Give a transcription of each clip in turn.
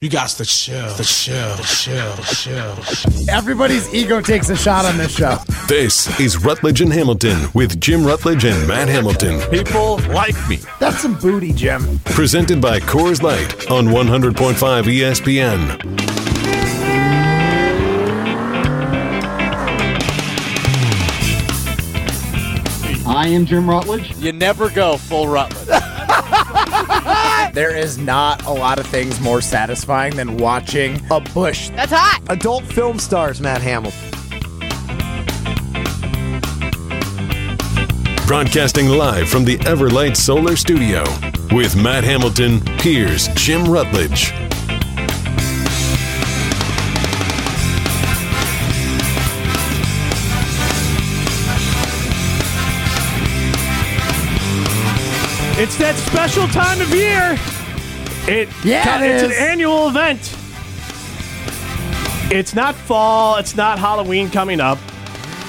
You got the chill, the chill, the chill, the chill. Everybody's ego takes a shot on this show. This is Rutledge and Hamilton with Jim Rutledge and Matt Hamilton. People like me. That's some booty, Jim. Presented by Coors Light on 100.5 E ESPN. I am Jim Rutledge. You never go full Rutland. There is not a lot of things more satisfying than watching a bush. That's hot. Adult film stars Matt Hamilton. Broadcasting live from the Everlight Solar Studio with Matt Hamilton. Here's Jim Rutledge. It's that special time of year. It Yeah, it it's is. an annual event. It's not fall. It's not Halloween coming up.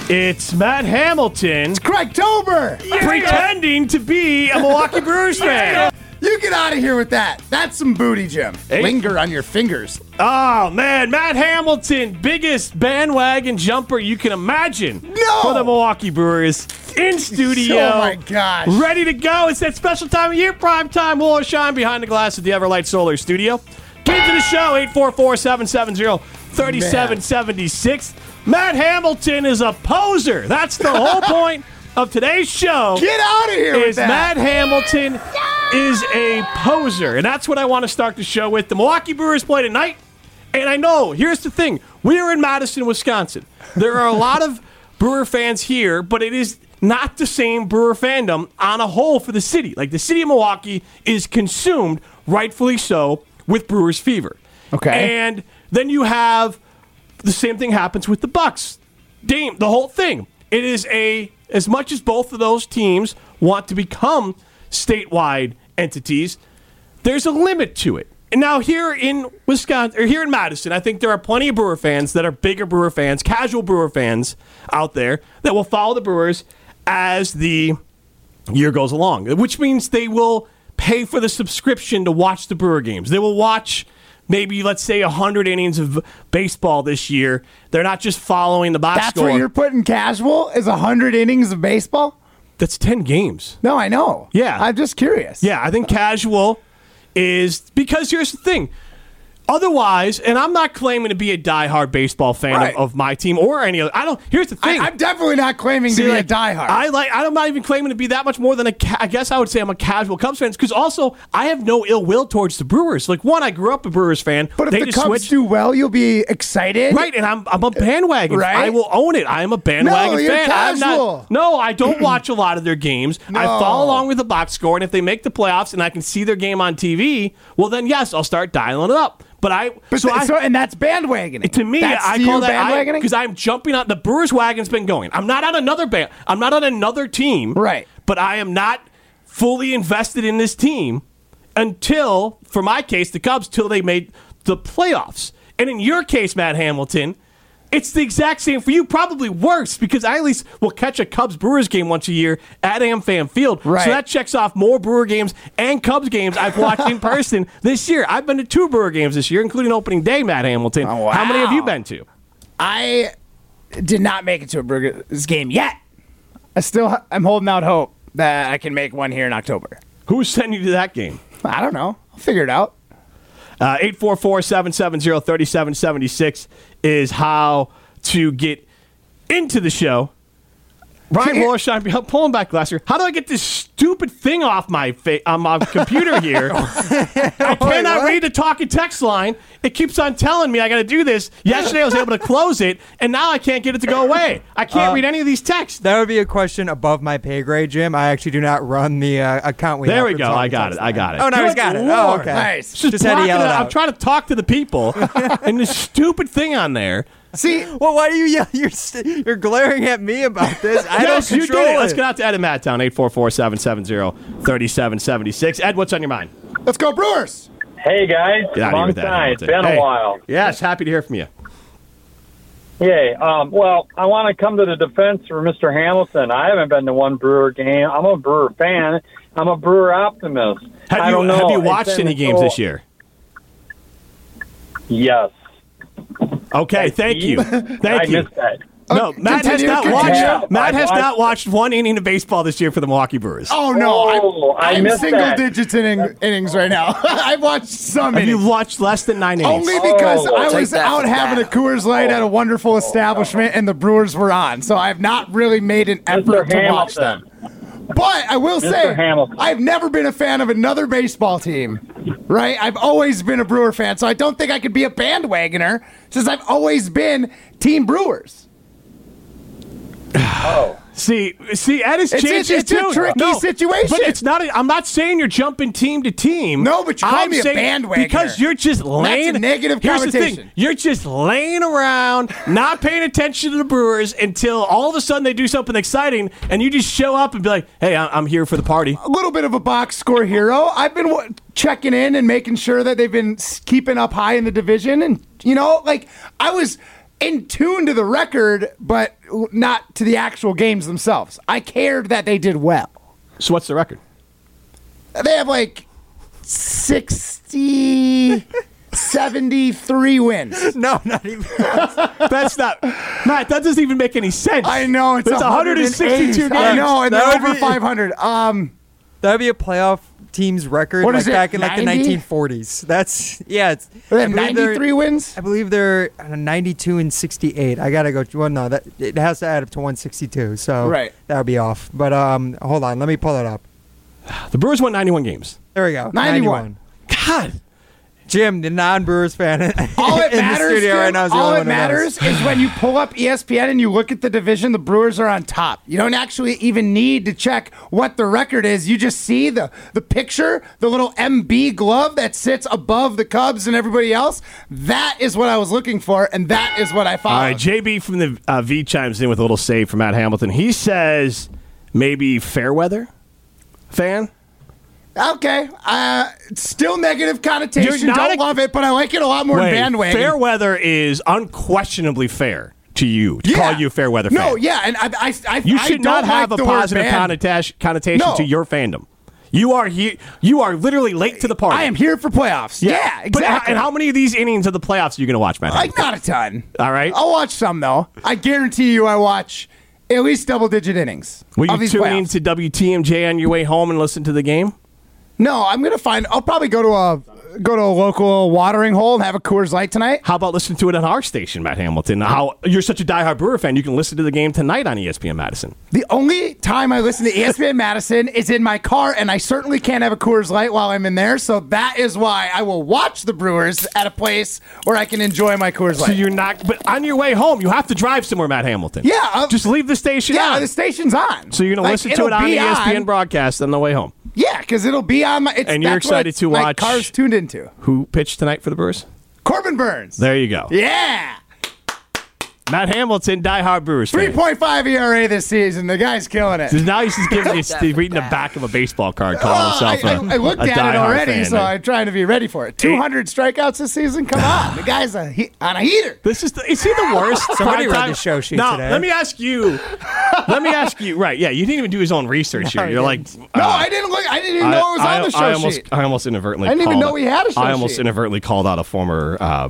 It's Matt Hamilton Cracktober! pretending to be a Milwaukee Brewers fan. You get out of here with that. That's some booty, Jim. Linger on your fingers. Oh man, Matt Hamilton, biggest bandwagon jumper you can imagine No! for the Milwaukee Brewers in studio. Oh my gosh. Ready to go. It's that special time of year, prime time. Will or shine behind the glass at the Everlight Solar Studio. Get to the show, 844-770-3776. Matt Hamilton is a poser. That's the whole point of today's show. Get out of here with Is that. Matt Hamilton is a poser. And that's what I want to start the show with. The Milwaukee Brewers play tonight. And I know, here's the thing. We're in Madison, Wisconsin. There are a lot of Brewer fans here, but it is not the same Brewer fandom on a whole for the city. Like the city of Milwaukee is consumed, rightfully so, with Brewers fever. Okay. And then you have the same thing happens with the Bucks. Dame, the whole thing. It is a as much as both of those teams want to become statewide entities, there's a limit to it. And now here in Wisconsin or here in Madison, I think there are plenty of Brewer fans that are bigger Brewer fans, casual Brewer fans out there that will follow the Brewers as the year goes along, which means they will pay for the subscription to watch the Brewer games. They will watch maybe let's say 100 innings of baseball this year. They're not just following the box That's score. where you're putting casual is 100 innings of baseball? That's 10 games. No, I know. Yeah. I'm just curious. Yeah, I think casual is because here's the thing. Otherwise, and I'm not claiming to be a diehard baseball fan Right. of, of my team or any other. I don't. Here's the I, thing. I'm definitely not claiming to be like, a diehard. I like. I'm not even claiming to be that much more than a. Ca- I guess I would say I'm a casual Cubs fan because also I have no ill will towards the Brewers. Like one, I grew up a Brewers fan. but if they the just Cubs switched. do well, you'll be excited. Right, and I'm I'm a bandwagon. Right? I will own it. I am a bandwagon you're fan. I'm casual. not, no, I don't watch a lot of their games. I No. follow along with the box score, and if they make the playoffs and I can see their game on TV, well then yes, I'll start dialing it up. But I But so th- I so- and that's bandwagoning. to me, that's I to call you that bandwagoning. because I'm jumping on the Brewers wagon's been going. I'm not on another band. I'm not on another team. Right. But I am not fully invested in this team until, for my case, the Cubs till they made the playoffs. And in your case, Matt Hamilton, it's the exact same for you. Probably worse because I at least will catch a Cubs Brewers game once a year at AmFam Field. Right. So that checks off more Brewer games and Cubs games I've watched in person this year. I've been to two Brewer games this year, including opening day, Matt Hamilton. Oh, wow. How many have you been to? I did not make it to a Brewers game yet. I still I'm holding out hope that I can make one here in October. Who sent you to that game? I don't know. I'll figure it out. Uh, 844 770 3776 is how to get into the show. Brian Here- Wallerstein, I'm pulling back Glasser. How do I get this stupid thing off my fa- on my computer here? I cannot read the talk and text line. It keeps on telling me I got to do this. Yesterday I was able to close it, and now I can't get it to go away. I can't read any of these texts. That would be a question above my pay grade, Jim. I actually do not run the uh, account. We There have we for go. Tony I got Text it. I Line. got it. Oh, now he's Good got it. Oh, Lord. okay. Nice. It's just Just had to blocking yell it it out. I'm out. trying to talk to the people, and this stupid thing on there. See, Well, why do you yell? You're st- you're glaring at me about this. I yes, don't you control did it. it. Let's get out to Ed in Madtown, 844-770-3776. Ed, what's on your mind? let's go Brewers. Hey guys, Get out of here long with that. time. It's Hamilton. been Hey. a while. Yes, happy to hear from you. Yay. Um, well, I want to come to the defense for Mr. Hamilton. I haven't been to one Brewer game. I'm a Brewer fan. I'm a Brewer optimist. Have I you don't know. have you It's watched been any games so- this year? Yes. Okay, thank you, thank I you. missed Oh, that. No, Matt has continue, not continue. Yeah, watched. Matt I has watched not it. watched one inning of baseball this year for the Milwaukee Brewers. Oh no, I'm- Oh, I I'm, missed single that. digits inning, innings right now. I've watched some Have you innings. watched less than nine innings? Only because Oh, I take was that out for having a that. Coors Light Oh. at a wonderful establishment, and the Brewers were on, so I've not really made an Mr. effort to watch them. Hamilton. But I will say, Hamilton. I've never been a fan of another baseball team, right? I've always been a Brewer fan, so I don't think I could be a bandwagoner since I've always been Team Brewers. See, see, Ed has It's a- changed his it's a tune. tricky situation. But it's not. A, I'm not saying you're jumping team to team. No, but you call I'm me a saying- bandwagoner. because you're just laying negative Here's the thing: connotation. you're just laying around, not paying attention to the Brewers until all of a sudden they do something exciting, and you just show up and be like, "Hey, I- I'm here for the party." a little bit of a box score hero. I've been w- checking in and making sure that they've been s- keeping up high in the division, and you know, like I was in tune to the record, but w- not to the actual games themselves. I cared that they did well. So what's the record? They have like 60, 73 wins. No, not even. That's not Matt. That doesn't even make any sense. I know it's, It's 162 games. I know, and That they're would over be- 500. Um, That would be a playoff team's record What like is it, back in like 90? the 1940s. That's yeah. It's they I have believe they're- 93 wins. I believe they're uh, 92 and 68. I gotta go. Well, no, that it has to add up to 162. So Right. that would be off. But um, hold on, let me pull it up. The Brewers won 91 games. There we go. 91. God, Jim, the non-Brewers fan. all it in matters, The studio Jim, right now is the all only it one who matters knows. is when you pull up E ESPN and you look at the division, the Brewers are on top. You don't actually even need to check what the record is. You just see the the picture, the little MB glove that sits above the Cubs and everybody else. That is what I was looking for, and that is what I followed. All right, JB from the uh, V chimes in with a little save from Matt Hamilton. He says maybe Fairweather fan. okay, uh, still negative connotation. You're not don't a- love it, but I like it a lot more Wait, in bandwagon. Fairweather is unquestionably fair to you. To Yeah. call you Fairweather fan. No, yeah, and I, I, I you I should don't not have like a the word positive band. connotation, connotation No. to your fandom. You are he- You are literally late to the party. I am here for playoffs. Yeah, exactly. But how- and how many of these innings of the playoffs are you going to watch, Matt? Like not a ton. All right. I'll watch some though. I guarantee you, I watch at least double digit innings. Will of you these tune playoffs. in to WTMJ on your way home and listen to the game? No, I'm gonna find. I'll probably go to a go to a local watering hole and have a Coors Light tonight. How about listening to it on our station, Matt Hamilton? How you're such a diehard Brewer fan, you can listen to the game tonight on E ESPN Madison. The only time I listen to E ESPN Madison is in my car, and I certainly can't have a Coors Light while I'm in there. So that is why I will watch the Brewers at a place where I can enjoy my Coors Light. So you're not, but on your way home, you have to drive somewhere, Matt Hamilton. Yeah, I'll- just leave the station. yeah, on. the station's on. so you're gonna Like, listen it'll to it on E be ESPN broadcast on the way home. Yeah, because it'll be on my. It's, And you're that's what excited to my watch- Car's tuned into. Who pitched tonight for the Brewers? Corbin Burns. There you go. Yeah. Matt Hamilton, diehard Brewers. fan. 3.5 ERA E this season. The guy's killing it. Now he's just giving he's reading the back of a baseball card, calling Oh, I, himself. a- I- I looked a at diehard it already, fan. eh? so I'm trying to be ready for it. 200 strikeouts this season? Come on. The guy's a, he, on a heater. This is the, is he the worst? Somebody prime read time- the show sheet Now, today. let me ask you. let me ask you. Right? Yeah, you didn't even do his own research here. I You're like, No, uh, I didn't look. I didn't even know it was I, on the show I almost, sheet. I almost inadvertently. I didn't even called know out- we had a show I almost sheet. inadvertently called out a former uh,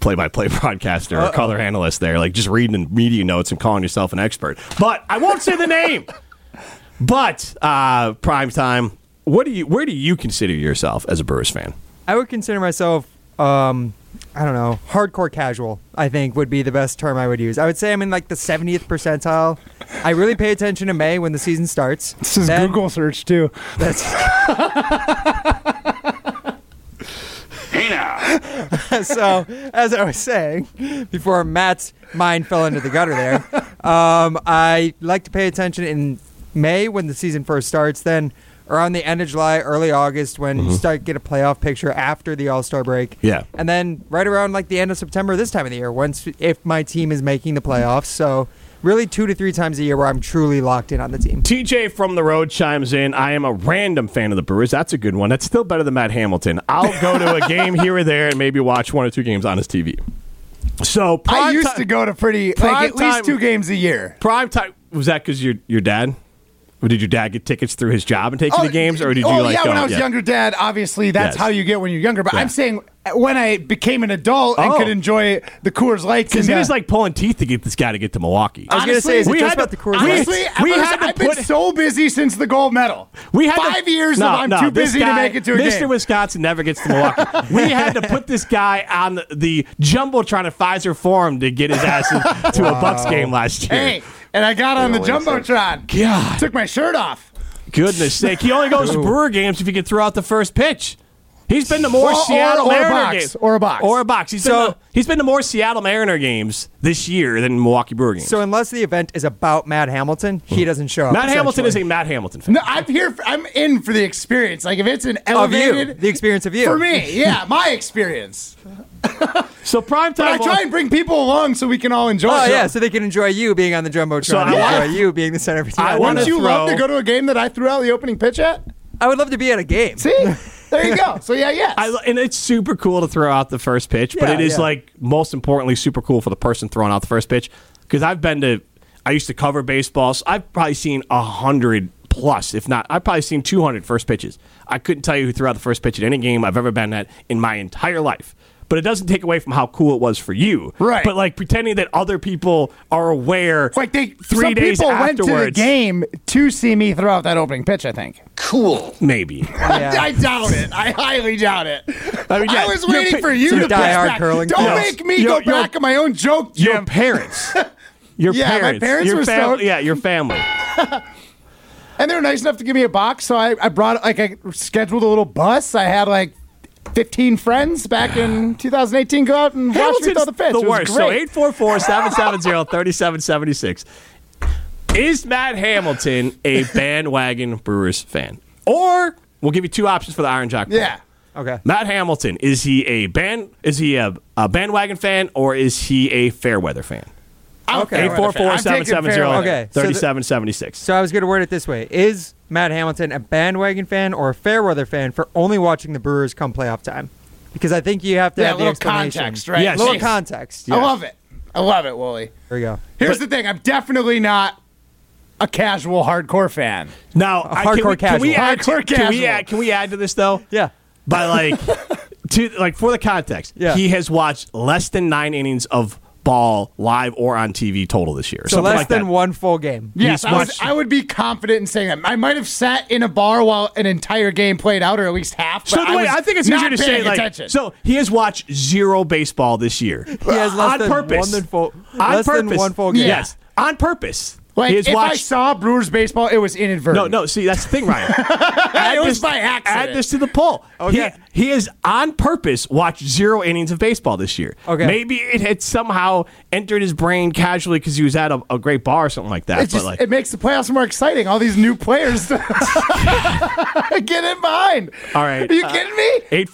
play-by-play broadcaster, or color analyst. There, like just reading media notes and calling yourself an expert. But I won't say the name. But uh, prime time. What do you? Where do you consider yourself as a Brewers fan? I would consider myself, um, I don't know, hardcore casual. I think would be the best term I would use. I would say I'm in like the 70th percentile. I really pay attention to May when the season starts. This is Then- Google search, too. so as I was saying before, Matt's mind fell into the gutter there. Um, I like to pay attention in May when the season first starts. Then around the end of July, early August, when you start to get a playoff picture after the All Star break. Mm-hmm. Yeah. and then right around like the end of September, this time of the year, once if my team is making the playoffs. So really, two to three times a year where I'm truly locked in on the team. TJ from the road chimes in. I am a random fan of the Brewers. That's a good one. That's still better than Matt Hamilton. I'll go to a game here or there and maybe watch one or two games on his TV. So prime I used ti- to go to pretty, Prime like, at least time- two games a year. prime time. Was that because your your dad? Or did your dad get tickets through his job and take you to games, or did you oh, like? yeah, go, when I was younger, Dad. Obviously, that's Yes. how you get when you're younger. But Yeah. I'm saying when I became an adult and Oh. could enjoy the Coors Lights. Because and it the- was like pulling teeth to get this guy to get to Milwaukee. I was gonna say, is it we just had about to- the Coors Lights? honestly, we we had to I've been put- so busy since the gold medal. We had five to, years no, of I'm no, too this busy to guy- make it to a Mr. game. Wisconsin never gets to Milwaukee. we had to put this guy on the, the jumbo trying to Pfizer form to get his ass in- to a Bucks game last year. Hey, and I got on the jumbotron. God. took my shirt off. Goodness sake. He only goes to Brewer games if he can throw out the first pitch. He's been to more Or- or- Seattle or a Mariner box. games. Or a box. Or a box. He's, So- been to, he's been to more Seattle Mariner games this year than Milwaukee Brewer games. Hmm. So unless the event is about Matt Hamilton, he doesn't show up. Matt Hamilton is essentially. a Matt Hamilton fan. No, I'm here. For, I'm in for the experience. Like if it's an of you, elevated the experience of you for me, yeah, my experience. So prime But I time. try and bring people along so we can all enjoy. Oh it. yeah, so they can enjoy you being on the jumbotron. So I and wanna- enjoy you being the center of I I, wanna- Wouldn't you love throw- to go to a game that I threw out the opening pitch at? I would love to be at a game. See, there you go. So yeah, yes. I, and it's super cool to throw out the first pitch, but Yeah, it is yeah. like most importantly super cool for the person throwing out the first pitch because I've been to, I used to cover baseball, so I've probably seen a hundred plus, if not, I've probably seen 200 first pitches. I couldn't tell you who threw out the first pitch at any game I've ever been at in my entire life. But it doesn't take away from how cool it was for you, Right. But like pretending that other people are aware, like they three some days people afterwards, went to the game to see me throw out that opening pitch. I think. Cool. maybe. Yeah. I doubt it. I highly doubt it. I, mean, yeah, was you're waiting pi- for you Some to push diehard back. curling Don't fans. make me You're- go back on my own joke, Jim. Your parents. Your Yeah, my parents. parents your were fam- stoked. Yeah, your family. And they were nice enough to give me a box, so I, I brought like I scheduled a little bus. I had like fifteen friends back in 2018 go out and watch me Hamilton's throw the pitch. The It was worst. So great. 844 770 3776. Is Matt Hamilton a bandwagon Brewers fan? Or we'll give you two options for the Iron Jock. poll. yeah. Okay. Matt Hamilton, is he a band is he a, a bandwagon fan or is he a Fairweather fan? Okay. Fairweather fan. I'm taking 844-770-3776. Fairweather. Okay, so the- 3776. So I was going to word it this way: Is Matt Hamilton a bandwagon fan or a fair weather fan for only watching the Brewers come playoff time? Because I think you have to Yeah, have a the little explanation. context, right? Yes. Little Jeez. context. I love it. I love it, Wooly. There we go. Here's the thing: I'm definitely not a casual hardcore fan. Now, I- can hardcore we, can we casual. add, Hardcore Can we casual. add, can we add to this though? Yeah. By like to like for the context, Yeah. he has watched less than nine innings of ball live or on TV total this year. So something less like than that. one full game. Yes, just I, was, watched- I would be confident in saying that. I might have sat in a bar while an entire game played out, or at least half. But So the I, way was I think it's not easier to say paying like attention. so he has watched zero baseball this year. He has less on than purpose. one than full- on less purpose. than one full game. Yes, on purpose. like he has if I watched. saw Brewers baseball, it was no, inadvertent. no. See, that's the thing, Ryan. Add It was by accident. Add this to the poll. Okay. He, he has on purpose watched zero innings of baseball this year. Okay. Maybe it had somehow entered his brain casually because he was at a, a great bar or something like that. It but just like, it makes the playoffs more exciting. All these new players get in behind. All right. Uh, are you kidding me?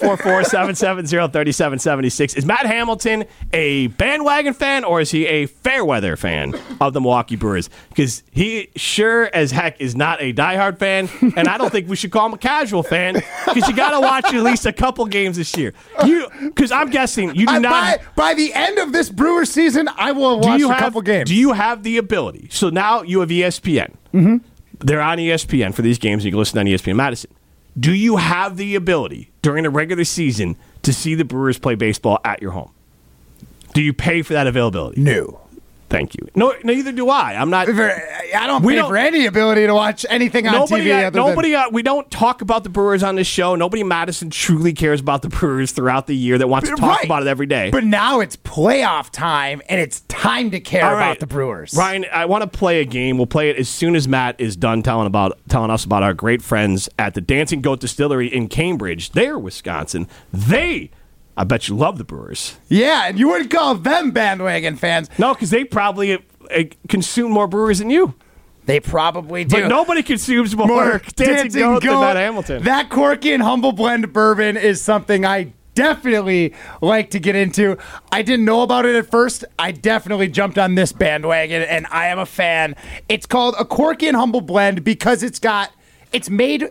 844-770-3776. Is Matt Hamilton a bandwagon fan or is he a fairweather fan of the Milwaukee Brewers? Because he sure as heck is not a diehard fan, and I don't think we should call him a casual fan because you got to watch at least a couple games this year. You because I'm guessing you do I- not. by, by the end of this Brewer season, I will have do watched you a have couple games. Do you have the ability? So now you have ESPN. Mm-hmm. They're on ESPN for these games. and You can listen on E ESPN Madison. Do you have the ability during the regular season to see the Brewers play baseball at your home? Do you pay for that availability? new? Thank you. No, neither do I. I'm not. I don't We pay don't- for any ability to watch anything on Nobody, TV. uh, other than- nobody. uh, we don't talk about the Brewers on this show. Nobody in Madison truly cares about the Brewers throughout the year that wants to talk Right. about it every day. But now it's playoff time, and it's time to care All right. about the Brewers. Ryan, I want to play a game. We'll play it as soon as Matt is done telling about telling us about our great friends at the Dancing Goat Distillery in Cambridge, there, Wisconsin. They, I bet you love the Brewers. Yeah, and you wouldn't call them bandwagon fans. No, because they probably uh, uh, consume more brewers than you. They probably do. But nobody consumes more, Dancing, Goat, than Matt Hamilton. That quirky and humble blend bourbon is something I definitely like to get into. I didn't know about it at first. I definitely jumped on this bandwagon, and I am a fan. It's called a quirky and humble blend because it's got it's made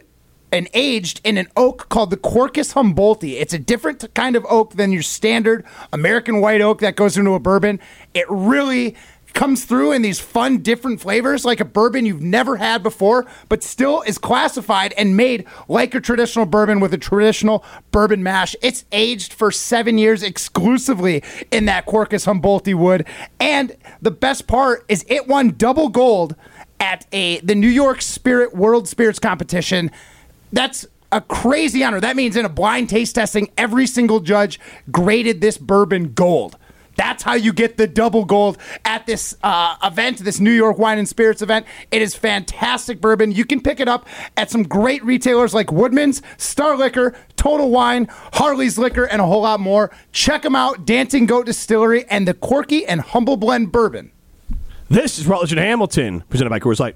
and aged in an oak called the Quercus humboldti. It's a different kind of oak than your standard American white oak that goes into a bourbon. It really comes through in these fun, different flavors, like a bourbon you've never had before, but still is classified and made like a traditional bourbon with a traditional bourbon mash. It's aged for seven years exclusively in that Quercus Humboldti wood. And the best part is it won double gold at a the New York Spirit World Spirits competition. That's a crazy honor. That means in a blind taste testing, every single judge graded this bourbon gold. That's how you get the double gold at this uh, event, this New York Wine and Spirits event. It is fantastic bourbon. You can pick it up at some great retailers like Woodman's, Star Liquor, Total Wine, Harley's Liquor, and a whole lot more. Check them out, Dancing Goat Distillery, and the Quirky and Humble Blend Bourbon. This is Rutledge and Hamilton, presented by Coors Light.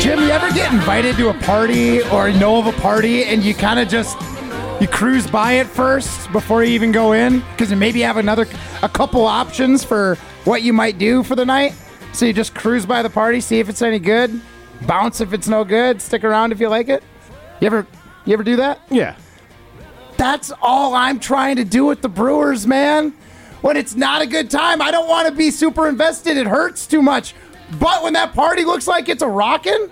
Jim, you ever get invited to a party or know of a party and you kind of just you cruise by it first before you even go in because you maybe have another a couple options for what you might do for the night. So you just cruise by the party, see if it's any good, bounce if it's no good, stick around if you like it. You ever you ever do that? Yeah. That's all I'm trying to do with the Brewers, man. When it's not a good time, I don't want to be super invested. It hurts too much. But when that party looks like it's a rockin',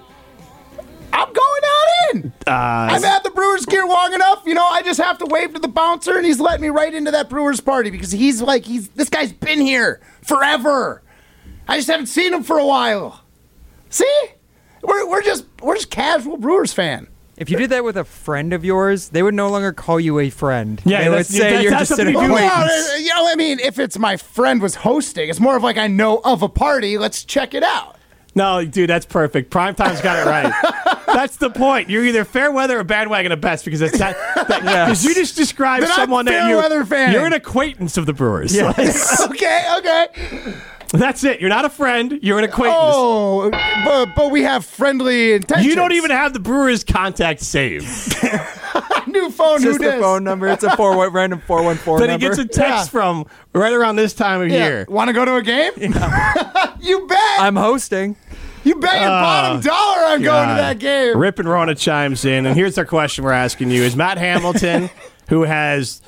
I'm going out in. I've had the Brewers gear long enough. You know, I just have to wave to the bouncer, and he's letting me right into that Brewers party because he's like, he's this guy's been here forever. I just haven't seen him for a while. See, we're, we're just we're just casual Brewers fan. If you did that with a friend of yours, they would no longer call you a friend. Yeah, they would that's- say that's- you're that's just an something you do. acquaintance. Well, uh, you know, I mean, if it's my friend was hosting, it's more of like I know of a party. Let's check it out. No, dude, that's perfect. Primetime's got it right. that's the point. You're either fair weather or bandwagon at best because that's not. Because you just described Then I'm someone that fair you, weather fan. you're an acquaintance of the Brewers. okay, okay. that's it. You're not a friend. You're an acquaintance. Oh, but but we have friendly intentions. you don't even have the Brewers' contact saved. new phone. Just who the dis? phone number. It's a four one random four one four That he number. gets a text Yeah. from right around this time of year. Want to go to a game? you bet. I'm hosting. you bet your bottom dollar I'm going to uh, God. that game. Rip and Rona chimes in, and here's our question we're asking you: Is Matt Hamilton, who has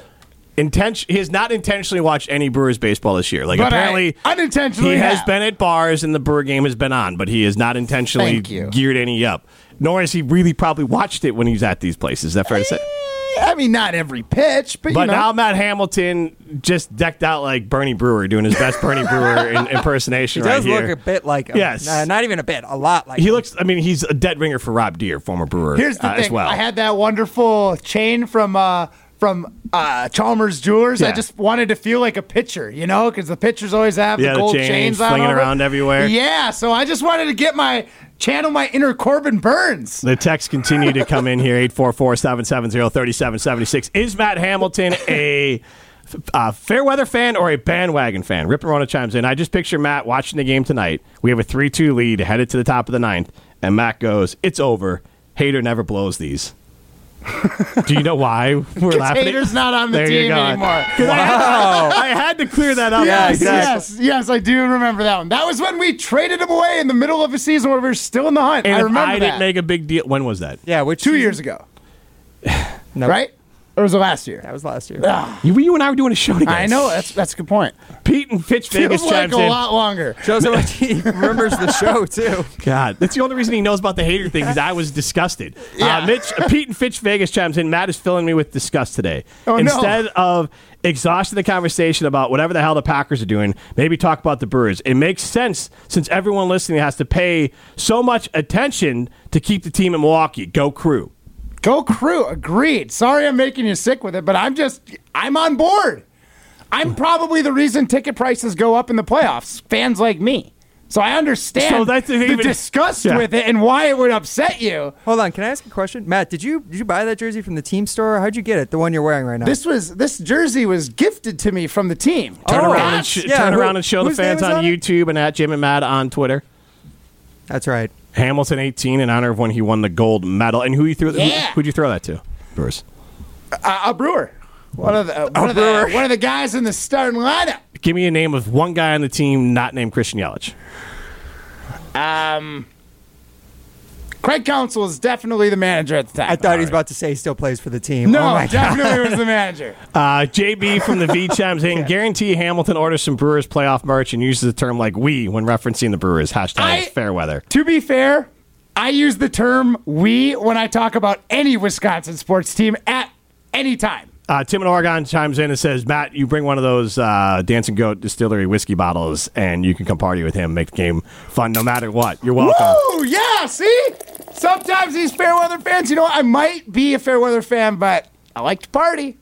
intention, he has not intentionally watched any Brewers baseball this year. Like But I apparently, unintentionally he has have. been at bars and the Brewer game has been on, but he has not intentionally Thank you. geared any up. Nor has he really probably watched it when he's at these places. Is that fair to Eh, say? I mean, not every pitch, but, But you know. now Matt Hamilton just decked out like Bernie Brewer, doing his best Bernie Brewer in, impersonation He does right here. look a bit like him. Yes. Nah, not even a bit, a lot like he him. looks. I mean, he's a dead ringer for Rob Deere, former Brewer. Here's the uh, thing. As well. I had that wonderful chain from uh, from uh, Chalmers Jewelers. I Yeah. just wanted to feel like a pitcher, you know, because the pitchers always have Yeah, the the gold chains chains on flinging over. around everywhere. Yeah, so I just wanted to get my channel my inner Corbin Burns. The texts continue to come in here 844 770 3776. Is Matt Hamilton a. Uh, fair weather fan or a bandwagon fan? Rip Arona chimes in. I just picture Matt watching the game tonight. We have a 3 2 lead headed to the top of the ninth, and Matt goes, It's over. Hater never blows these. Do you know why we're laughing? Hater's not on the There you team go. anymore. 'Cause I, had, I had to clear that up. Yeah, Yes, exactly. yes, yes, I do remember that one. That was when we traded him away in the middle of a season where we were still in the hunt. And I if remember I that. didn't make a big deal. When was that? Yeah, which two years ago. No. Right? Or was it last year? Ah, That was last year. You, you and I were doing a show together. I know that's that's a good point. Pete and Pitch Vegas Feels like chimes a in. lot longer. Shows how much he remembers the show too. God, that's the only reason he knows about the hater thing because I was disgusted. Uh, Mitch, Pete and Fitch Vegas chimes in. Matt is filling me with disgust today. Oh, no. Instead of exhausting the conversation about whatever the hell the Packers are doing, maybe talk about the Brewers. It makes sense since everyone listening has to pay so much attention to keep the team in Milwaukee. Go crew. Go crew, agreed. Sorry I'm making you sick with it, but I'm just I'm on board. I'm probably the reason ticket prices go up in the playoffs. Fans like me. So I understand So that's the even- disgust Yeah. with it and why it would upset you. Hold on, can I ask a question, Matt? Did you did you buy that jersey from the team store? How'd you get it? The one you're wearing right now. This was this jersey was gifted to me from the team. Uh, Turn, Oh, around, and gosh. sh- Yeah, turn who- around and show the whose name fans is on, on it? YouTube and at Jim and Matt on Twitter. That's right. Hamilton 18 in honor of when he won the gold medal. And who you threw? Yeah. Who, would you throw that to? Bruce. Uh, a brewer. One of the uh, one of the one of the guys in the starting lineup. Give me a name of one guy on the team not named Christian Yelich. Craig Council is definitely the manager at the time. I thought he was about to say he still plays for the team. no, Oh my God. definitely was the manager. Uh, JB from the V Chimes in. Guarantee Hamilton orders some Brewers playoff merch and uses the term like we when referencing the Brewers. Hashtag I- fair weather. To be fair, I use the term we when I talk about any Wisconsin sports team at any time. Uh, Tim in Oregon chimes in and says, Matt, you bring one of those uh, Dancing Goat Distillery whiskey bottles and you can come party with him, make the game fun no matter what. You're welcome. Woo! Oh, Yeah, see? Sometimes these fair weather fans, you know, I might be a fair weather fan, but I like to party.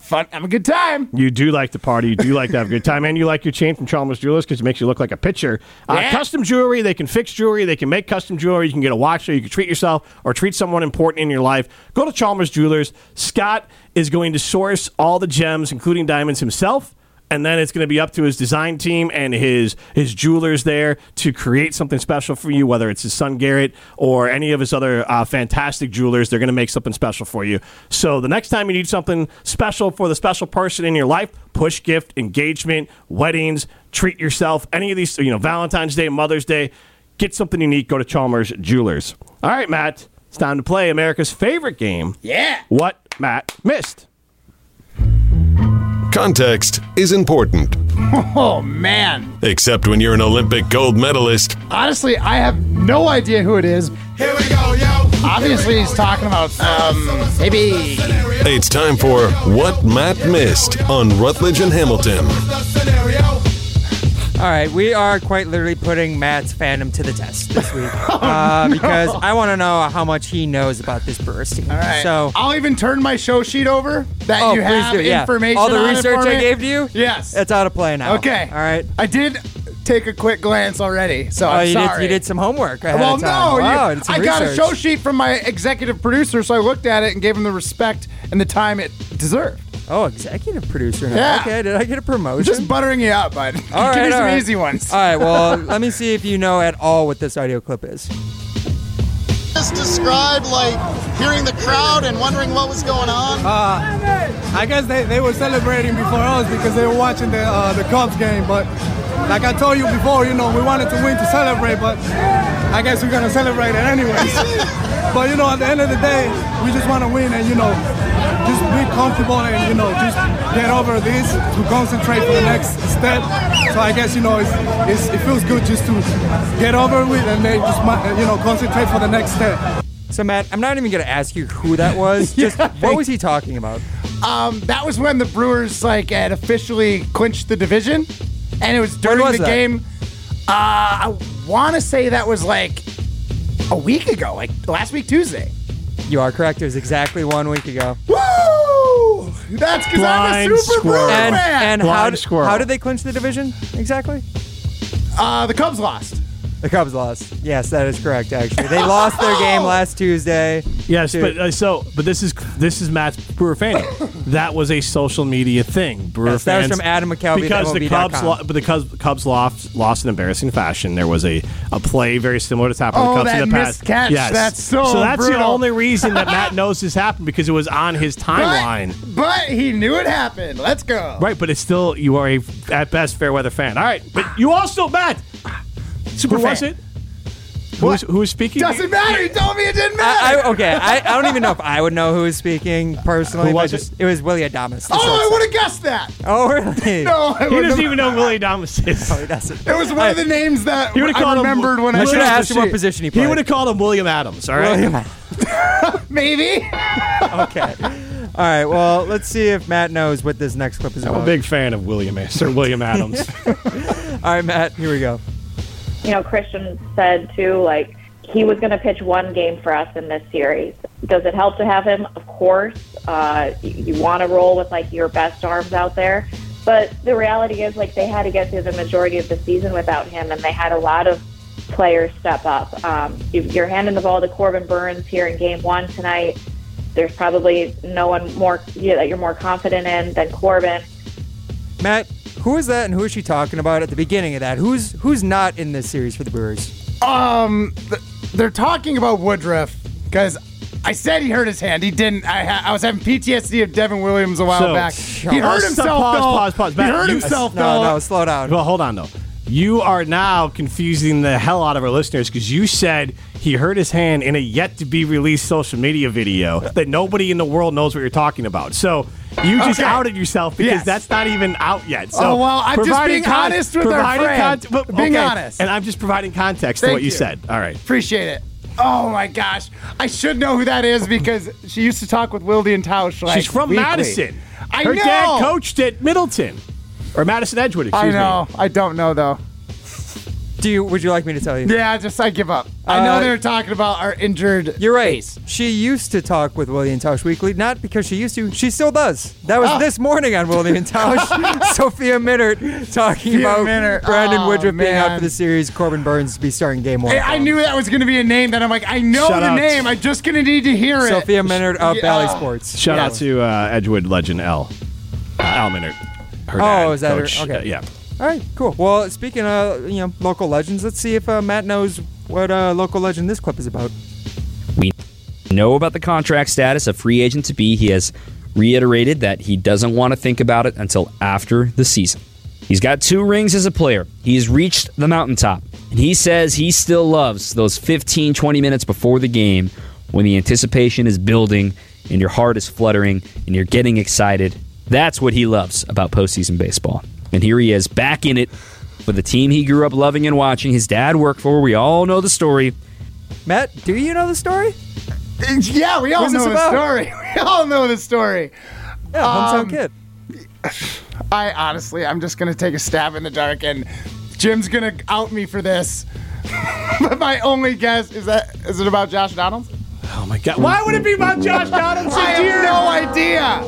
Fun, have a good time. You do like to party. You do like to have a good time. And you like your chain from Chalmers Jewelers because it makes you look like a pitcher. Uh, Yeah. Custom jewelry. They can fix jewelry. They can make custom jewelry. You can get a watch so you can treat yourself or treat someone important in your life. Go to Chalmers Jewelers. Scott is going to source all the gems, including diamonds himself. And then it's going to be up to his design team and his his jewelers there to create something special for you. Whether it's his son Garrett or any of his other uh, fantastic jewelers, they're going to make something special for you. So the next time you need something special for the special person in your life, push gift, engagement, weddings, treat yourself, any of these, you know, Valentine's Day, Mother's Day, get something unique. Go to Chalmers Jewelers. All right, Matt, it's time to play America's favorite game. Yeah. What Matt missed. Context is important, Oh, man. except when you're an Olympic gold medalist. Honestly, I have no idea who it is. Here we go, yo. Obviously, he's talking about um, maybe It's time for What Matt Missed on Rutledge and Hamilton. All right, we are quite literally putting Matt's fandom to the test this week Oh, uh, because I want to know how much he knows about this Brewers team. All Alright. So, I'll even turn my show sheet over that oh, you please have do, yeah. information. All the on it research for I me. gave to you. Yes. That's out of play now. okay. All right. I did take a quick glance already, so Oh, I'm you sorry. did, you did some homework. Ahead well, of time. no, you- Wow, you did some I got a research. show sheet from my executive producer, so I looked at it and gave him the respect and the time it deserved. Oh, executive producer. huh? Yeah. Okay, did I get a promotion? Just buttering you up, bud. All Give right, me some all right. Uh, easy ones. All right, well, let me see if you know at all what this audio clip is. just describe like hearing the crowd and wondering what was going on? I guess they, they were celebrating before us because they were watching the uh, the Cubs game. But like I told you before, you know, we wanted to win to celebrate, but I guess we're gonna celebrate it anyways. but you know, at the end of the day, we just want to win and you know, just be comfortable and you know, just get over this to concentrate for the next step. So I guess you know, it's, it's, it feels good just to get over with and then just mi- you know concentrate for the next step. So, Matt, I'm not even going to ask you who that was. Just what was he talking about? Um, that was when the Brewers like had officially clinched the division, and it was during was the that? game. Uh, I want to say that was like a week ago, like last week Tuesday. You are correct. It was exactly one week ago. Woo! That's because I'm Blind a super squirrel. Brewer And, fan. and how, Blind d- squirrel. how did they clinch the division exactly? uh, the Cubs lost. The Cubs lost. Yes, that is correct. Actually, they lost their game last Tuesday. Yes, to- but uh, so but this is this is Matt's Brewer fan. that was a social media thing. Brewer Yes, that was fans, from Adam McKelvey at because the MLB.com. Cubs, lo- but the Cubs, Cubs lost lost in embarrassing fashion. There was a, a play very similar to happened Oh, to the Cubs that in the past. missed catch. Yes, That's so that's the brutal. only reason that Matt knows this happened because it was on his timeline. But, but he knew it happened. Let's go. Right, but it's still you are a at best fair weather fan. All right, but you also Matt. Super who was fan. it? Who's who's speaking? Doesn't matter. You told me it didn't I, matter. I, okay, I, I don't even know if I would know who was speaking personally. Who but was it? just- It was Willie Adamas. the oh, I shortstop. would have guessed that. Oh, really? No, I He wouldn't doesn't have- even know Willie Adamas is. He doesn't. It was one of the names that He would have I called remembered him. when I I should saw have the asked him what sheet. position he played. He would have called him William Adams. All right. William. Maybe. Okay. All right. Well, let's see if Matt knows what this next clip is I'm a about. big fan of William Sir William Adams. All right, Matt. Here we go. you know, Christian said too, like he was going to pitch one game for us in this series. Does it help to have him? Of course. Uh, you you want to roll with like your best arms out there, But the reality is, like, they had to get through the majority of the season without him, and they had a lot of players step up. Um, you- you're handing the ball to Corbin Burns here in game one tonight. There's probably no one more you know, that you're more confident in than Corbin. Matt, who is that and who is she talking about at the beginning of that? Who's who's not in this series for the Brewers? Um, th- they're talking about Woodruff because I said he hurt his hand. He didn't. I, ha- I was having PTSD of Devin Williams a while So- back. He hurt Pause, himself Pause, though. pause, pause. Matt, he hurt you- himself though. slow down. Well, hold on though. You are now confusing the hell out of our listeners because you said he hurt his hand in a yet to be released social media video that nobody in the world knows what you're talking about. So you just Okay. outed yourself because Yes. that's not even out yet. So Oh, well, I'm just providing being con- honest with our providing friend. but- Being okay, honest. and I'm just providing context to Thank what you, you. said. All right. Appreciate it. Oh my gosh, I should know who that is because she used to talk with Wildy and Tausch. Like, She's from weekly. Madison. I Her know. dad coached at Middleton or Madison Edgewood. Excuse I me. know. I don't know though. Do you would you like me to tell you? Yeah, I just I give up. I know Uh, they were talking about our injured. You're right. She used to talk with William Tausch weekly, not because she used to. She still does. That Ah. was this morning on William Tausch. Sophia Minert talking Sophia about Minert. Brandon Oh, Woodruff being out man. for the series. Corbin Burns to be starting game one. Hey, I knew that was going to be a name that I'm like, I know Shout the out. name. I'm just going to need to hear it. Sophia Minard of Yeah. Valley Sports. Shout out to uh, Edgewood legend L. Al Minard. Her Oh, dad, is that her? coach. Okay. Uh, yeah. All right, cool. Well, speaking of you know local legends, let's see if uh, Matt knows what uh, local legend this clip is about. We know about the contract status of free agent to be. He has reiterated that he doesn't want to think about it until after the season. He's got two rings as a player. He's reached the mountaintop. And he says he still loves those 15, 20 minutes before the game when the anticipation is building and your heart is fluttering and you're getting excited. That's what he loves about postseason baseball. And here he is back in it with the team he grew up loving and watching his dad work for. We all know the story. Matt, do you know the story? Yeah, we all What's know this the about? story. We all know the story. Yeah, hometown Um, kid. I honestly, I'm just going to take a stab in the dark, and Jim's going to out me for this. but my only guess is that is it about Josh Donaldson? Oh my God! Why would it be about Josh Donaldson? I dear? have no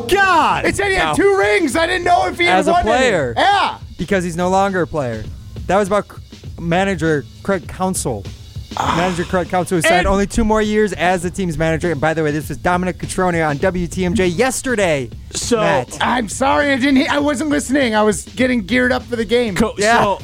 idea. God, It said he had No. two rings. I didn't know if he had as a won any. player. Yeah. Because he's no longer a player. That was about manager Craig Council. Ah. Manager Craig Council who signed only two more years as the team's manager. And by the way, this was Dominic Catrone on WTMJ yesterday. So Matt. I'm sorry, I didn't. He- I wasn't listening. I was getting geared up for the game. Co- So,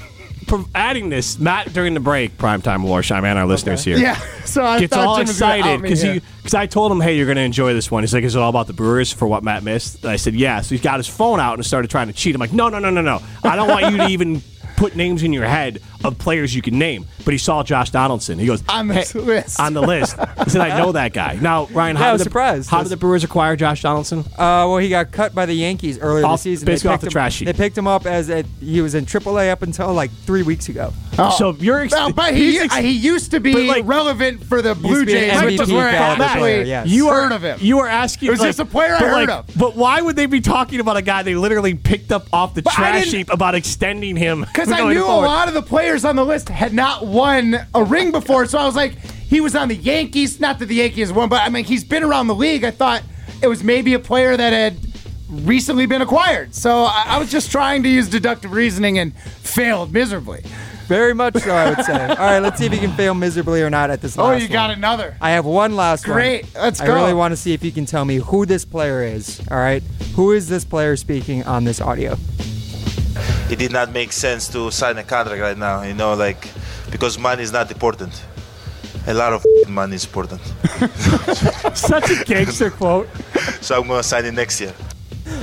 pro- adding this, Matt during the break, primetime Warsheim and our listeners here. Yeah, so I gets thought all Jim was gonna excited out me because here. he because I told him, hey, you're going to enjoy this one. He's like, is it all about the Brewers for what Matt missed? And I said, yeah. So he's got his phone out and started trying to cheat. I'm like, no, no, no, no, no. I don't want you to even put names in your head of players you can name. But he saw Josh Donaldson. He goes on the list. On the list. He said, I know that guy. Now, Ryan, Yeah, I how, was did, the, surprised. how did the Brewers acquire Josh Donaldson? Uh, well, he got cut by the Yankees earlier Off- this season. They basically off picked the him- trash sheet. They picked him up as a, he was in AAA up until like three weeks ago. So you're ex- No, Oh. but he, he's ex- he used to be But, like, relevant for the Blue to be an Jays, which is MVP where I caliber actually player, yes. You are, heard of him. You are asking. It was like- just a player I but, heard like, of. But why would they be talking about a guy they literally picked up off the But I trash didn't- heap about extending him? Because I going knew a forward? lot of the players on the list had not won a ring before, so I was like, he was on the Yankees. Not that the Yankees won, but I mean, he's been around the league. I thought it was maybe a player that had recently been acquired. So I, I was just trying to use deductive reasoning and failed miserably. Very much so, I would say. All right, let's see if he can fail miserably or not at this. Oh, last you got one. another. I have one last one. Great, let's I go. really want to see if you can tell me who this player is. All right, who is this player speaking on this audio? it did not make sense to sign a contract right now, you know, like because money is not important. A lot of money is important. Such a gangster quote. So I'm gonna sign it next year.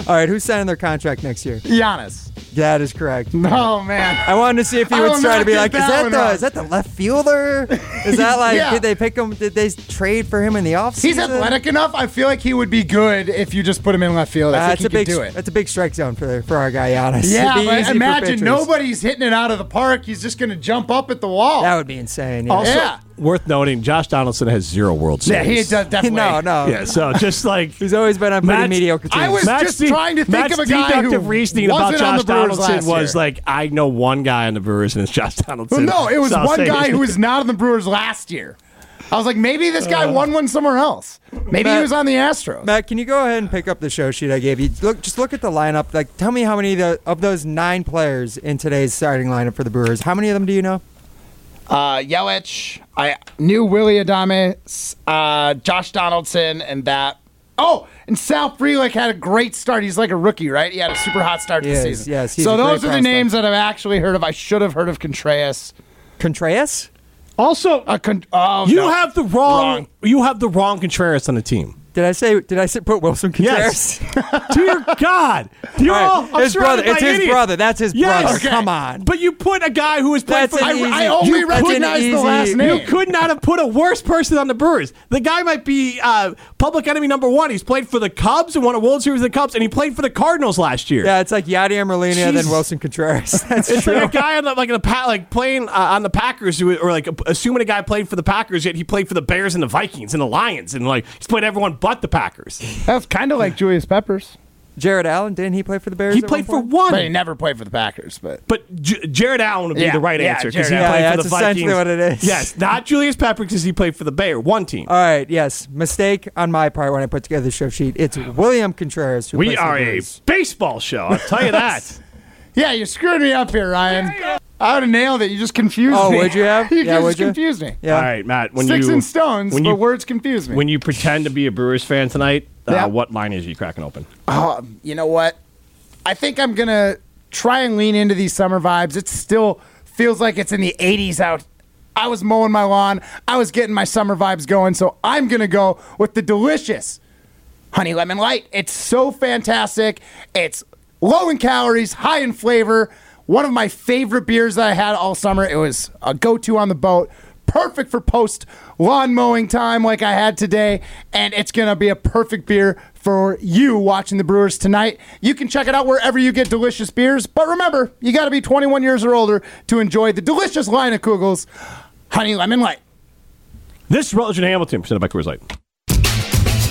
All right, who's signing their contract next year? Giannis. That is correct. Oh man. I wanted to see if he I would will try to not be get like, is that that one the wrong." is that the left fielder? Is that like Yeah. did they pick him? Did they trade for him in the offseason? He's athletic enough. I feel like he would be good if you just put him in left field. I Uh, think that's he a big could do s- it. That's a big strike zone for for our guy Giannis. It'd Yeah, be but easy for pitchers. imagine nobody's hitting it out of the park. He's just going to jump up at the wall. That would be insane. yeah. Also, Yeah. worth noting, Josh Donaldson has zero World Yeah, Series. he does definitely. No, no. Yeah, so just like He's always been on pretty Matt's- mediocre teams. I was just de- trying to think Matt's of a guy who deductive reasoning about wasn't on Josh the Brewers Donaldson last was year. like, I know one guy on the Brewers and it's Josh Well, Donaldson. no, it was So I'll one say- guy who was not on the Brewers last year. I was like, maybe this guy won one somewhere else. Maybe he Matt- was on the Astros. Matt, can you go ahead and pick up the show sheet I gave you? Look, just look at the lineup. Like, tell me how many of, the, of those nine players in today's starting lineup for the Brewers. How many of them do you know? Uh, Yelich, I knew Willie Adame, s- uh, Josh Donaldson, and that. Oh, and Sal Frelick had a great start. He's like a rookie, right? He had a super hot start to Yes, the season. yes, he's so a great those are the prospect. names that I've actually heard of. I should have heard of Contreras. Contreras? Also, con- oh, you no. have the wrong, You have the wrong Contreras on the team. Did I say? Did I say, put Wilson Contreras? Dear God, you're All right, all, I'm his surrounded brother- by it's his idiots. brother. That's his Yes. brother. Okay. Come on. But you put a guy who was playing That's for. an easy- I, I only you put an recognize the easy- last name. You You could not have put a worse person on the Brewers. The guy might be uh, public enemy number one. He's played for the Cubs and won a World Series with the Cubs, and he played for the Cardinals last year. yeah, it's like Yadier Molina, then Jesus. Wilson Contreras. That's it's true. like a guy on the, like in a pa- like playing uh, on the Packers who, or like assuming a guy played for the Packers yet he played for the Bears and the Vikings and the Lions and like he's played everyone but the Packers. That's kind of like Julius Peppers. Jared Allen, didn't he play for the Bears? He at played for point? one. But he never played for the Packers. But But J- Jared Allen would be Yeah, the right yeah, answer because Jared he Allen. played Yeah, for the that's Vikings. essentially what it is. Yes, not Julius Peppers because he played for the Bear, one team. All right, yes. Mistake on my part when I put together the show sheet. It's William Contreras. Who we plays for the are a Brewers. baseball show. I'll tell you that. Yeah, you screwed me up here, Ryan. I would have nailed it. You just confused Oh, me. would you have? you Yeah, just would you? confused me. Yeah. All right, Matt. When Sticks you, and stones, when but you, words confuse me. When you pretend to be a Brewers fan tonight, Yeah. uh, what line is you cracking open? Oh, you know what? I think I'm gonna try and lean into these summer vibes. It still feels like it's in the 80s out. I was mowing my lawn. I was getting my summer vibes going, so I'm gonna go with the delicious honey lemon light. It's so fantastic. It's low in calories, high in flavor. One of my favorite beers that I had all summer. It was a go-to on the boat. Perfect for post lawn mowing time like I had today, and it's going to be a perfect beer for you watching the Brewers tonight. You can check it out wherever you get delicious beers, but remember, you got to be 21 years or older to enjoy the delicious line of Kugels Honey Lemon Light. This is Rutledge and Hamilton, presented by Coors Light.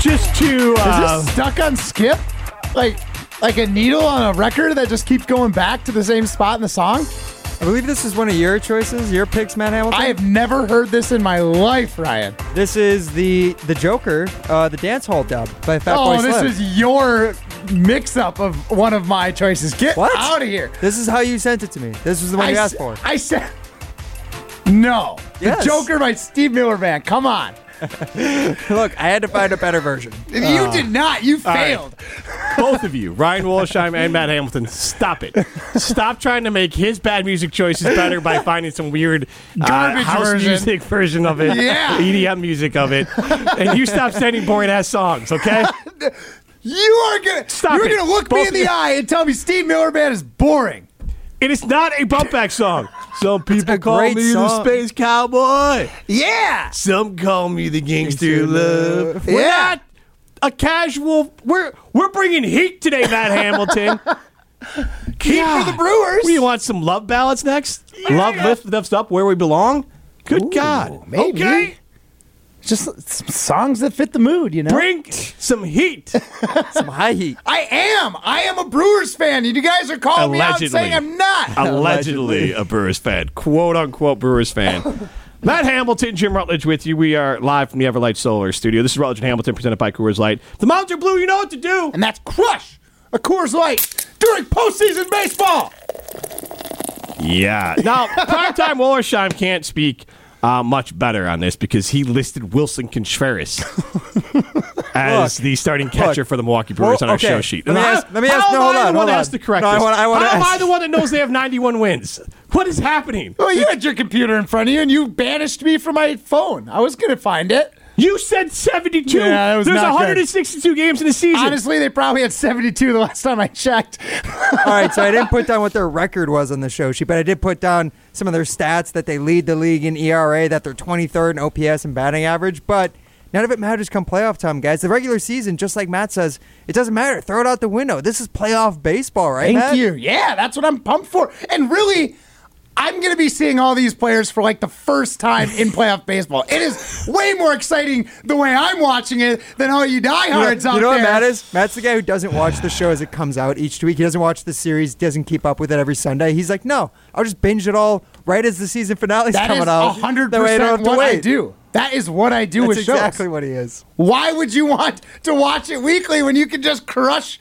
Just to uh, Is this stuck on skip? Like like a needle on a record that just keeps going back to the same spot in the song? I believe this is one of your choices, your picks, Matt Hamilton. I have never heard this in my life, Ryan. This is the the Joker, uh, the dance hall dub by Fat oh, Boy this Slim. is your mix up of one of my choices. Get What? out of here. This is how you sent it to me. This was the one I you s- asked for. I said No. Yes. The Joker by Steve Miller Band. Come on. Look, I had to find a better version. You did not. You all right. failed. both of you, Ryan Wolsheim and Matt Hamilton, stop it. Stop trying to make his bad music choices better by finding some weird uh, Garbage house version. music version of it, Yeah. EDM music of it, and you stop sending boring ass songs. Okay, You are gonna Stop You're it. gonna look Both me in of the you- eye and tell me Steve Miller Band is boring. it is not a bump back song. Some people call me great the song. space cowboy. Yeah. Some call me the gangster love. We're Yeah. not a casual. We're we're bringing heat today, Matt Hamilton. Heat for the Brewers. We want some love ballads next. Love lift lifts up where we belong. Good God. maybe. Okay. Just some songs that fit the mood, you know? Bring some heat. Some high heat. I am. I am a Brewers fan. You guys are calling me out Allegedly. saying I'm not. Allegedly a Brewers fan, quote unquote Brewers fan. Matt Hamilton, Jim Rutledge with you. We are live from the Everlight Solar Studio. This is Rutledge and Hamilton presented by Coors Light. The Mountains are blue, you know what to do. And that's crush a Coors Light during postseason baseball. Yeah. Now, primetime Wollersheim can't speak uh, much better on this because he listed Wilson Contreras as the starting catcher for the Milwaukee Brewers Well, on our okay. show sheet. Let me And ask- how- let me ask- How no, am hold I the on, one hold that on. has to correct No, I this? wanna- I wanna How am I ask- the one that knows they have 91 wins? What is happening? Well, you had your computer in front of you and you banished me from my phone. I was going to find it. You said 72. Yeah, that was There's not good. 162 games in the season. Honestly, they probably had 72 the last time I checked. All right, so I didn't put down what their record was on the show sheet, but I did put down some of their stats that they lead the league in ERA, that they're 23rd in OPS and batting average, but none of it matters come playoff time, guys. The regular season, just like Matt says, it doesn't matter. Throw it out the window. This is playoff baseball, right? Thank Matt? you. Yeah, that's what I'm pumped for. And really, I'm going to be seeing all these players for like the first time in playoff baseball. It is way more exciting the way I'm watching it than all you diehards you know, out you know there. what Matt is? Matt's the guy who doesn't watch the show as it comes out each week. He doesn't watch the series, doesn't keep up with it every Sunday. He's like, no, I'll just binge it all right as the season finale's That coming is out. 100% That way I don't have to what I wait. do. That is what I do That's with shows. exactly what he is. Why would you want to watch it weekly when you can just crush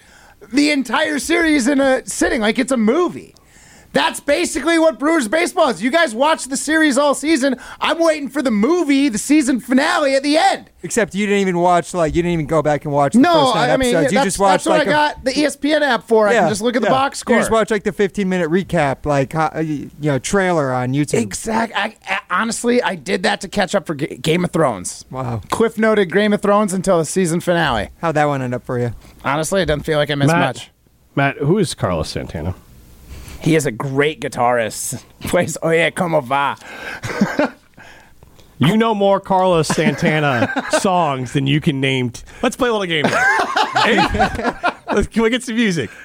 the entire series in a sitting like it's a movie? That's basically what Brewers baseball is. You guys watch the series all season. I'm waiting for the movie, the season finale at the end. Except you didn't even watch like you didn't even go back and watch. The No, first nine I mean episodes. you that's, just that's watched what like I got the E ESPN app for. A, I yeah, can just look at the yeah. box score. You just watch like the 15 minute recap, like ho- you know, trailer on YouTube. Exactly. I, I, honestly, I did that to catch up for Ga- Game of Thrones. Wow. Cliff noted Game of Thrones until the season finale. How'd that one end up for you? Honestly, it doesn't feel like I missed Matt, much. Matt, who is Carlos Santana? He is a great guitarist. Plays Oh yeah, como va. You know more Carlos Santana songs than you can name. T- Let's play a little game. here. Hey, let's- can we get some music?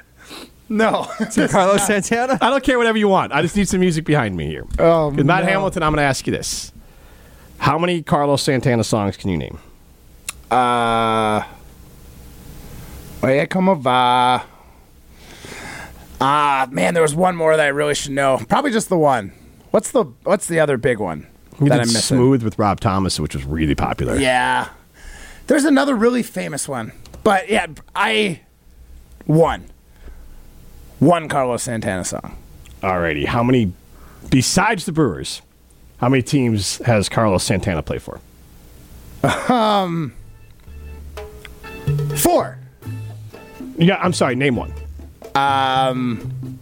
No, Carlos Santana. I don't care whatever you want. I just need some music behind me here. Oh, With Matt no. Hamilton, I'm going to ask you this: How many Carlos Santana songs can you name? Uh, oh yeah, como va. Ah, man, there was one more that I really should know. Probably just the one. What's the What's the other big one We that did I'm missing? smooth with Rob Thomas, which was really popular. Yeah. There's another really famous one. But yeah, I one. One Carlos Santana song. Alrighty, how many besides the Brewers? How many teams has Carlos Santana played for? Um Four. Yeah, I'm sorry. Name one. Um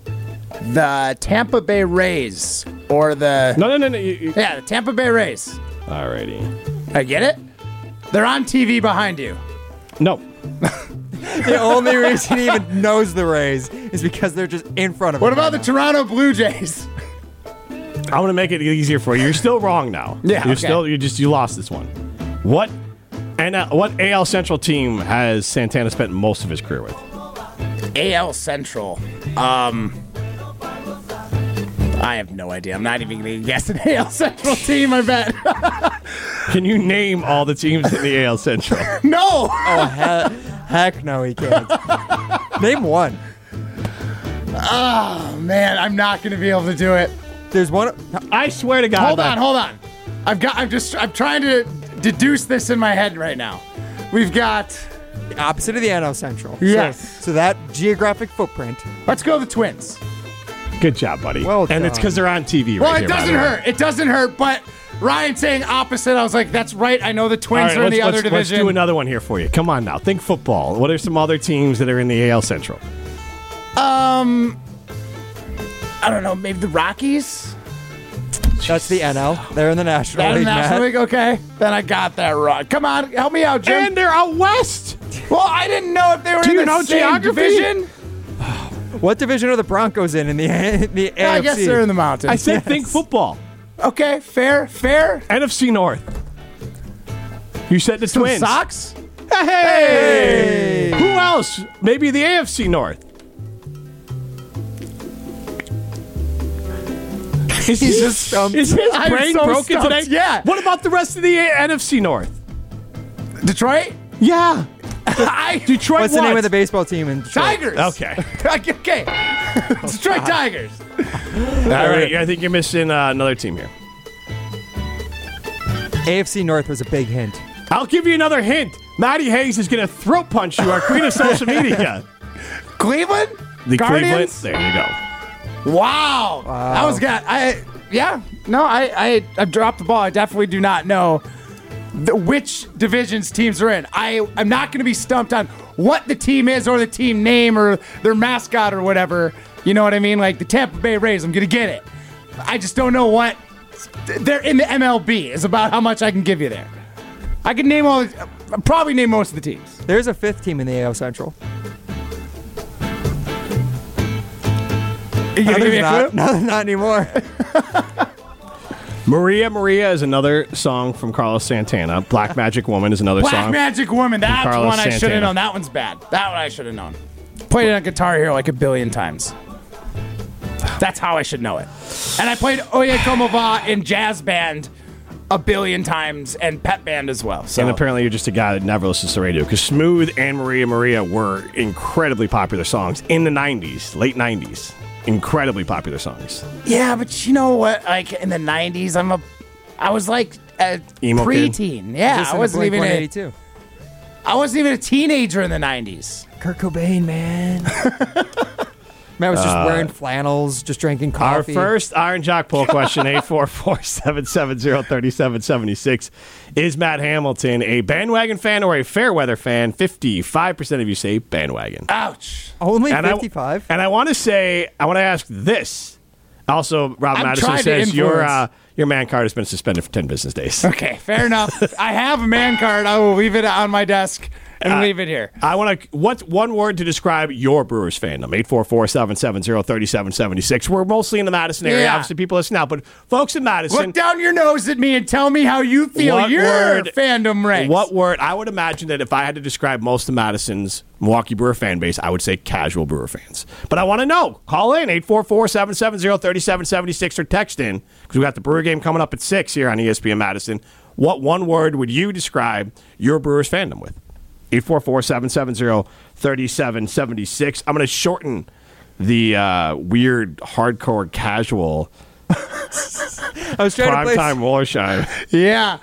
the Tampa Bay Rays or the No, no, no, no. You, you- Yeah, the Tampa Bay Rays. Alrighty. I get it? They're on TV behind you. No. the only reason he even knows the Rays is because they're just in front of. What him about the right Toronto Blue Jays? I'm gonna make it easier for you. You're still wrong now. Yeah, You're okay. still you just you lost this one. What and uh, what AL Central team has Santana spent most of his career with? AL Central. Um I have no idea. I'm not even gonna guess an AL Central team, I bet. Can you name all the teams in the AL Central? no! now. Oh he- heck no, he can't. Name one. Oh man, I'm not gonna be able to do it. There's one. I swear to God. hold man. on, hold on. I've got. I'm just. I'm trying to deduce this in my head right now. We've got. Opposite of the NL Central. Yes. So, so that geographic footprint. Let's go the Twins. Good job, buddy. Well and it's done. because they're on TV. Right well, here, it by doesn't the way. hurt. It doesn't hurt. But Ryan saying opposite, I was like, that's right. I know the All Twins right, are in let's, the other let's- let's division. do another one here for you. Come on now, think football. What are some other teams that are in the AL Central? um, I don't know. Maybe the Rockies. That's the NL. They're in the National That in League. the National Matt. League. Okay, then I got that wrong. Come on, help me out, Jim. And they're out west. well, I didn't know if they were Do in you the know same geography? division. What division are the Broncos in in the the AFC? I guess Ah, they're in the mountains. I said think football. okay, fair, fair. NFC North. You said the Twins. Socks. Hey! Who else? Maybe the AFC North. Is He's his- just stumped. Is his I'm brain so broken stumped, today? yeah. What about the rest of the A- NFC North? Detroit. Yeah. I Detroit. What's the name what? of the baseball team in Detroit? Tigers. Okay. okay. Detroit Tigers. All right. I think you're missing uh, another team here. AFC North was a big hint. I'll give you another hint. Maddie Hayes is going to throat punch you, our queen of social media. Cleveland. The Guardians. Cleveland. There you go. Wow. That was got. I yeah. No, I I I dropped the ball. I definitely do not know the, which divisions teams are in. I I'm not going to be stumped on what the team is or the team name or their mascot or whatever. You know what I mean? Like the Tampa Bay Rays. I'm going to get it. I just don't know what they're in the MLB. Is about how much I can give you there. I could name all, I'd probably name most of the teams. There's a fifth team in the AL Central. You No, gonna give me a there's not. clue? No, not anymore. Maria Maria is another song from Carlos Santana. Black Magic Woman is another Black song. Magic Woman. from That's Carlos one I should have Santana. known. That one's bad. That one I should have known. Played it on Guitar Hero like a billion times. That's how I should know it. And I played Oye Como Va in jazz band a billion times and pet band as well. So And apparently, you're just a guy that never listens to radio because Smooth and Maria Maria were incredibly popular songs in the 90s, late 90s. Incredibly popular songs. yeah, but you know what? Like in the '90s, I'm a, I was like a Emo kid? preteen. Yeah, Just I in wasn't Blink even a, 182. I wasn't even a teenager in the '90s. Kurt Cobain, man. Man was just Uh, wearing flannels, just drinking coffee. Our first Iron Jock poll question, 844-770-3776. Is Matt Hamilton a bandwagon fan or a fair weather fan? 55% of you say bandwagon. Ouch. Only And I- 55? and I want to say, I want to ask this. Also, Rob I'm Madison trying to says your influence. uh, your man card has been suspended for 10 business days. Okay, fair enough. I have a man card. I will leave it on my desk and Uh, leave it here. I want to. What's one word to describe your Brewers fandom? 844-770-3776. We're mostly in the Madison area. Yeah. Obviously, people listen out, but folks in Madison, Look down your nose at me and tell me how you feel What your word- fandom ranks. What word? I would imagine that if I had to describe most of Madison's Milwaukee Brewer fan base, I would say casual Brewer fans. But I want to know. Call in 844-770-3776 or text in because we got the Brewer game coming up at 6 here on E ESPN Madison. What one word would you describe your Brewers fandom with? 844-770-3776. I'm going to shorten the uh, weird hardcore casual I was trying to play. primetime Wallershine. Yeah.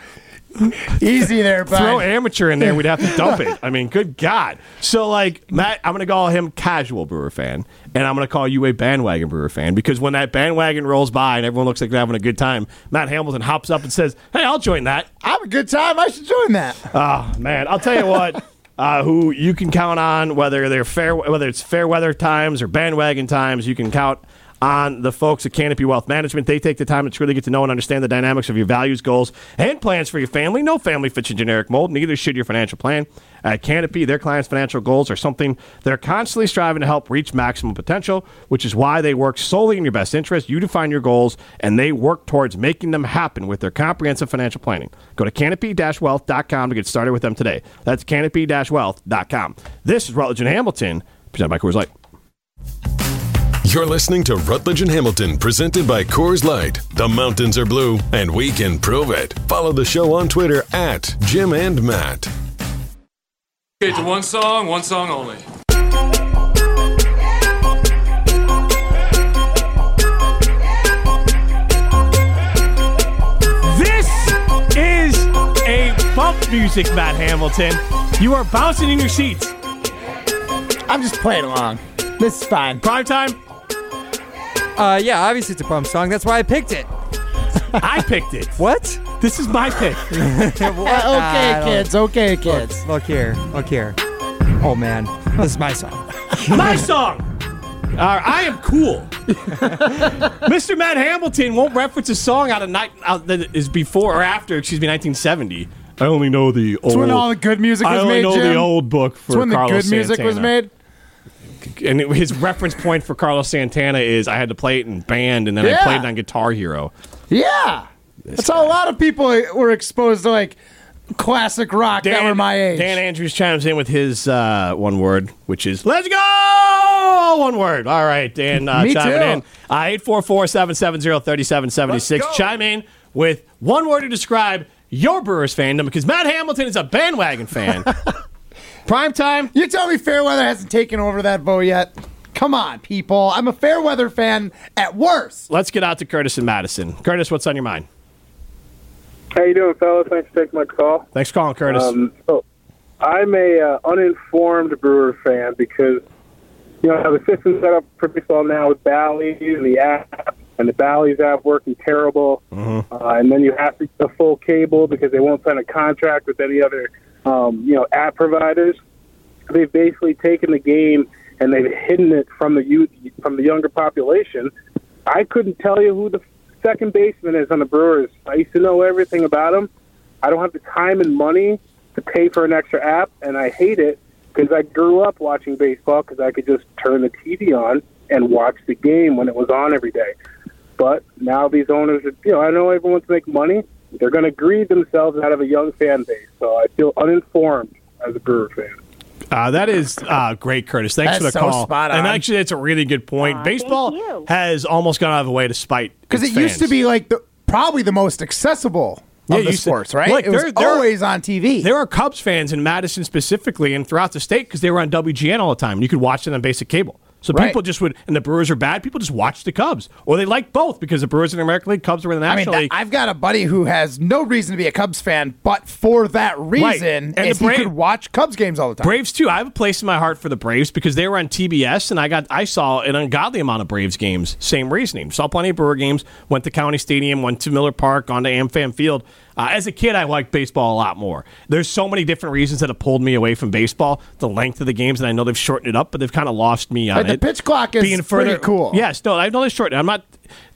Easy there, bud. throw amateur in there, we'd have to dump it. I mean, good God. So, like, Matt, I'm going to call him casual Brewer fan, and I'm going to call you a bandwagon Brewer fan because when that bandwagon rolls by and everyone looks like they're having a good time, Matt Hamilton hops up and says, Hey, I'll join that. I have a good time. I should join that. Oh, man. I'll tell you what. Uh, who you can count on whether they're fair whether it's fair weather times or bandwagon times you can count on the folks at Canopy Wealth Management. They take the time to truly get to know and understand the dynamics of your values, goals, and plans for your family. No family fits a generic mold, neither should your financial plan. At Canopy, their clients' financial goals are something they're constantly striving to help reach maximum potential, which is why they work solely in your best interest. You define your goals, and they work towards making them happen with their comprehensive financial planning. Go to canopy-wealth.com to get started with them today. That's canopy-wealth.com. This is Rutledge and Hamilton, presented by Coors Light. You're listening to Rutledge and Hamilton, presented by Coors Light. The mountains are blue, and we can prove it. Follow the show on Twitter at Jim and Matt. Okay, to one song, one song only. This is a bump music, Matt Hamilton. You are bouncing in your seats. I'm just playing along. This is fine. Prime time. Uh, yeah, obviously it's a pump song. That's why I picked it. I picked it. What? This is my pick. Uh, okay, I don't- kids. Okay, kids. Look here. Look here. Oh man, this is my song. my song. Uh, I am cool. Mr. Matt Hamilton won't reference a song out of night out that is before or after, excuse me, 1970. I only know the old. It's when all the good music was I only made, know Jim. the old book for It's when Carlos the good music was Santana. made. And it, his reference point for Carlos Santana is I had to play it in band, and then I Yeah. played it on Guitar Hero. Yeah. That's how a lot of people were exposed to like classic rock that were my age. Dan Andrews chimes in with his uh, one word, which is "Let's go." One word. All right, Dan uh, Me chiming too. in. Eight four four seven seven zero thirty seven seventy six. Chime in with one word to describe your Brewers fandom because Matt Hamilton is a bandwagon fan. Prime time. You tell me Fairweather hasn't taken over that bow yet. Come on, people. I'm a Fairweather fan at worst. Let's get out to Curtis and Madison. Curtis, what's on your mind? How you doing, fellas? Thanks for taking my call. Thanks for calling, Curtis. Um, so I'm a uh, uninformed Brewer fan because you know the system's set up pretty well now with Bally's and the app, and the Bally's app working terrible. Uh, and then you have to get the full cable because they won't sign a contract with any other, um, you know, app providers. They've basically taken the game and they've hidden it from the youth, from the younger population. I couldn't tell you who the second baseman is on the Brewers. I used to know everything about him, I don't have the time and money to pay for an extra app, and I hate it because I grew up watching baseball because I could just turn the TV on and watch the game when it was on every day. But now these owners, are, you know, I know everyone's to make money. They're going to greed themselves out of a young fan base. So I feel uninformed as a Brewer fan. Uh, that is uh, great, Curtis. Thanks That's for the so call. spot And on. actually, that's a really good point. Baseball has almost gone out of the way to spite Because it its used to fans. be like the probably the most accessible Yeah, of it the used to- sports, right? Look, it was there- there are- always on TV. There are Cubs fans in Madison specifically and throughout the state because they were on WGN all the time. You could watch it on basic cable. So Right. people just would, and the Brewers are bad. People just watch the Cubs, or they like both because the Brewers are in the American League, Cubs are in the I mean, National th- League. I've got a buddy who has no reason to be a Cubs fan, but for that reason, And is the he Bra- could watch Cubs games all the time. Braves too. I have a place in my heart for the Braves because they were on TBS, and I got I saw an ungodly amount of Braves games. Same reasoning. Saw plenty of Brewer games. Went to County Stadium. Went to Miller Park. Gone to AmFam Field. Uh, as a kid, I liked baseball a lot more. There's so many different reasons that have pulled me away from baseball. The length of the games, and I know they've shortened it up, but they've kind of lost me on Like, the it. pitch clock is pretty cool. Yes, no, I know it's short. I'm not.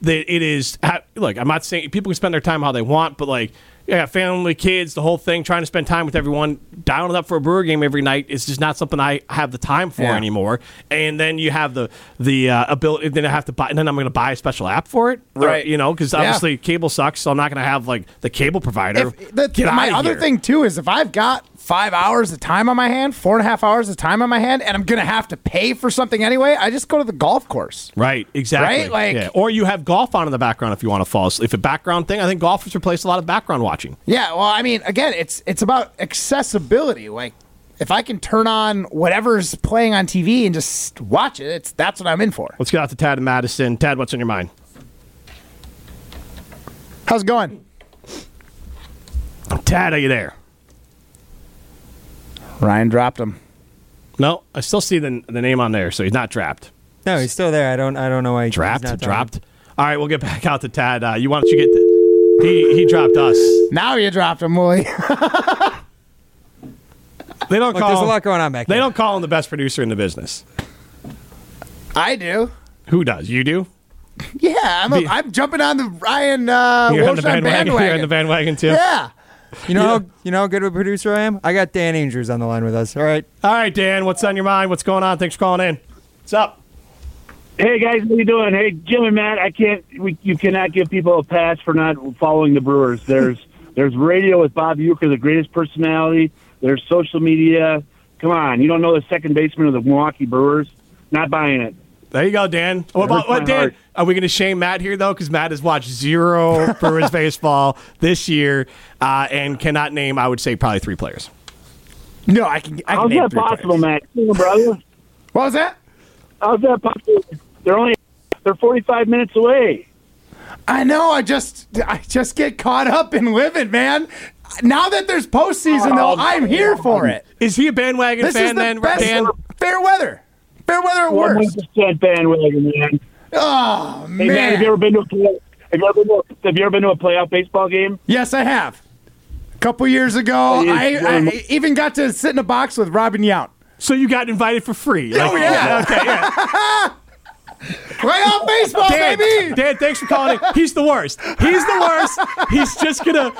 That it is. ha- Look, I'm not saying people can spend their time how they want, but like, yeah, family, kids, the whole thing, trying to spend time with everyone, down and up for a Brewer game every night is just not something I have the time for Yeah. anymore. And then you have the the uh, ability. Then I have to buy. And then I'm going to buy a special app for it, Or, Right. you know, because Yeah. obviously cable sucks, so I'm not going to have like the cable provider. If- the- Get my outta other here. thing too is if I've got five hours of time on my hand, four and a half hours of time on my hand, and I'm gonna have to pay for something anyway, I just go to the golf course. Right, exactly. Right? Like- Yeah, or you have golf on in the background if you want to fall asleep. If a background thing, I think golf has replaced a lot of background watching. Yeah, well, I mean, again, it's it's about accessibility. Like, if I can turn on whatever's playing on TV and just watch it, it's that's what I'm in for. Let's get out to Tad and Madison. Tad, what's on your mind? How's it going? Tad, are you there? Ryan dropped him. No, I still see the, the name on there, so he's not trapped. No, he's still there. I don't. I don't know why. Trapped, He's not dropped. All right, we'll get back out to Tad. Uh, you why don't you get? The, he he dropped us. Now you dropped him, Willie. They don't Look, call. there's a him- lot going on back They don't call him the best producer in the business. I do. Who does? You do. Yeah, I'm, a, I'm jumping on the Ryan uh, You're Wojcik on the bandwagon. You're on the bandwagon too. Yeah. You know, How, you know how good of a producer I am. I got Dan Andrews on the line with us. All right. All right, Dan. What's on your mind? What's going on? Thanks for calling in. What's up? Hey guys, how you doing? Hey Jim and Matt, I can't. We, you cannot give people a pass for not following the Brewers. There's there's radio with Bob Uecker, the greatest personality. There's social media. Come on, you don't know the second baseman of the Milwaukee Brewers? Not buying it. There you go, Dan. What about what, Dan? Are we going to shame Matt here though? Because Matt has watched zero Brewers baseball this year uh, and cannot name. I would say probably three players. No, I can. I How's name that three possible, Matt? Come on, brother. What was that? How's that possible? They're only they're 45 minutes away. I know. I just I just get caught up in living, man. Now that there's postseason, though, Oh, I'm here for it. Is he a bandwagon This fan is the then, best Dan? fair weather. Fair weather at worst. 100% bandwagon, man. Oh Hey, Matt, man. have you ever been to a play- have you ever been to a, have you ever been to a playoff baseball game? Yes, I have. A couple years ago, Oh, you- I, I even got to sit in a box with Robin Yount. So you got invited for free? oh Like- yeah. Okay, yeah. Playoff baseball, Dan, baby. Dan, thanks for calling. In. He's the worst. He's the worst. He's just gonna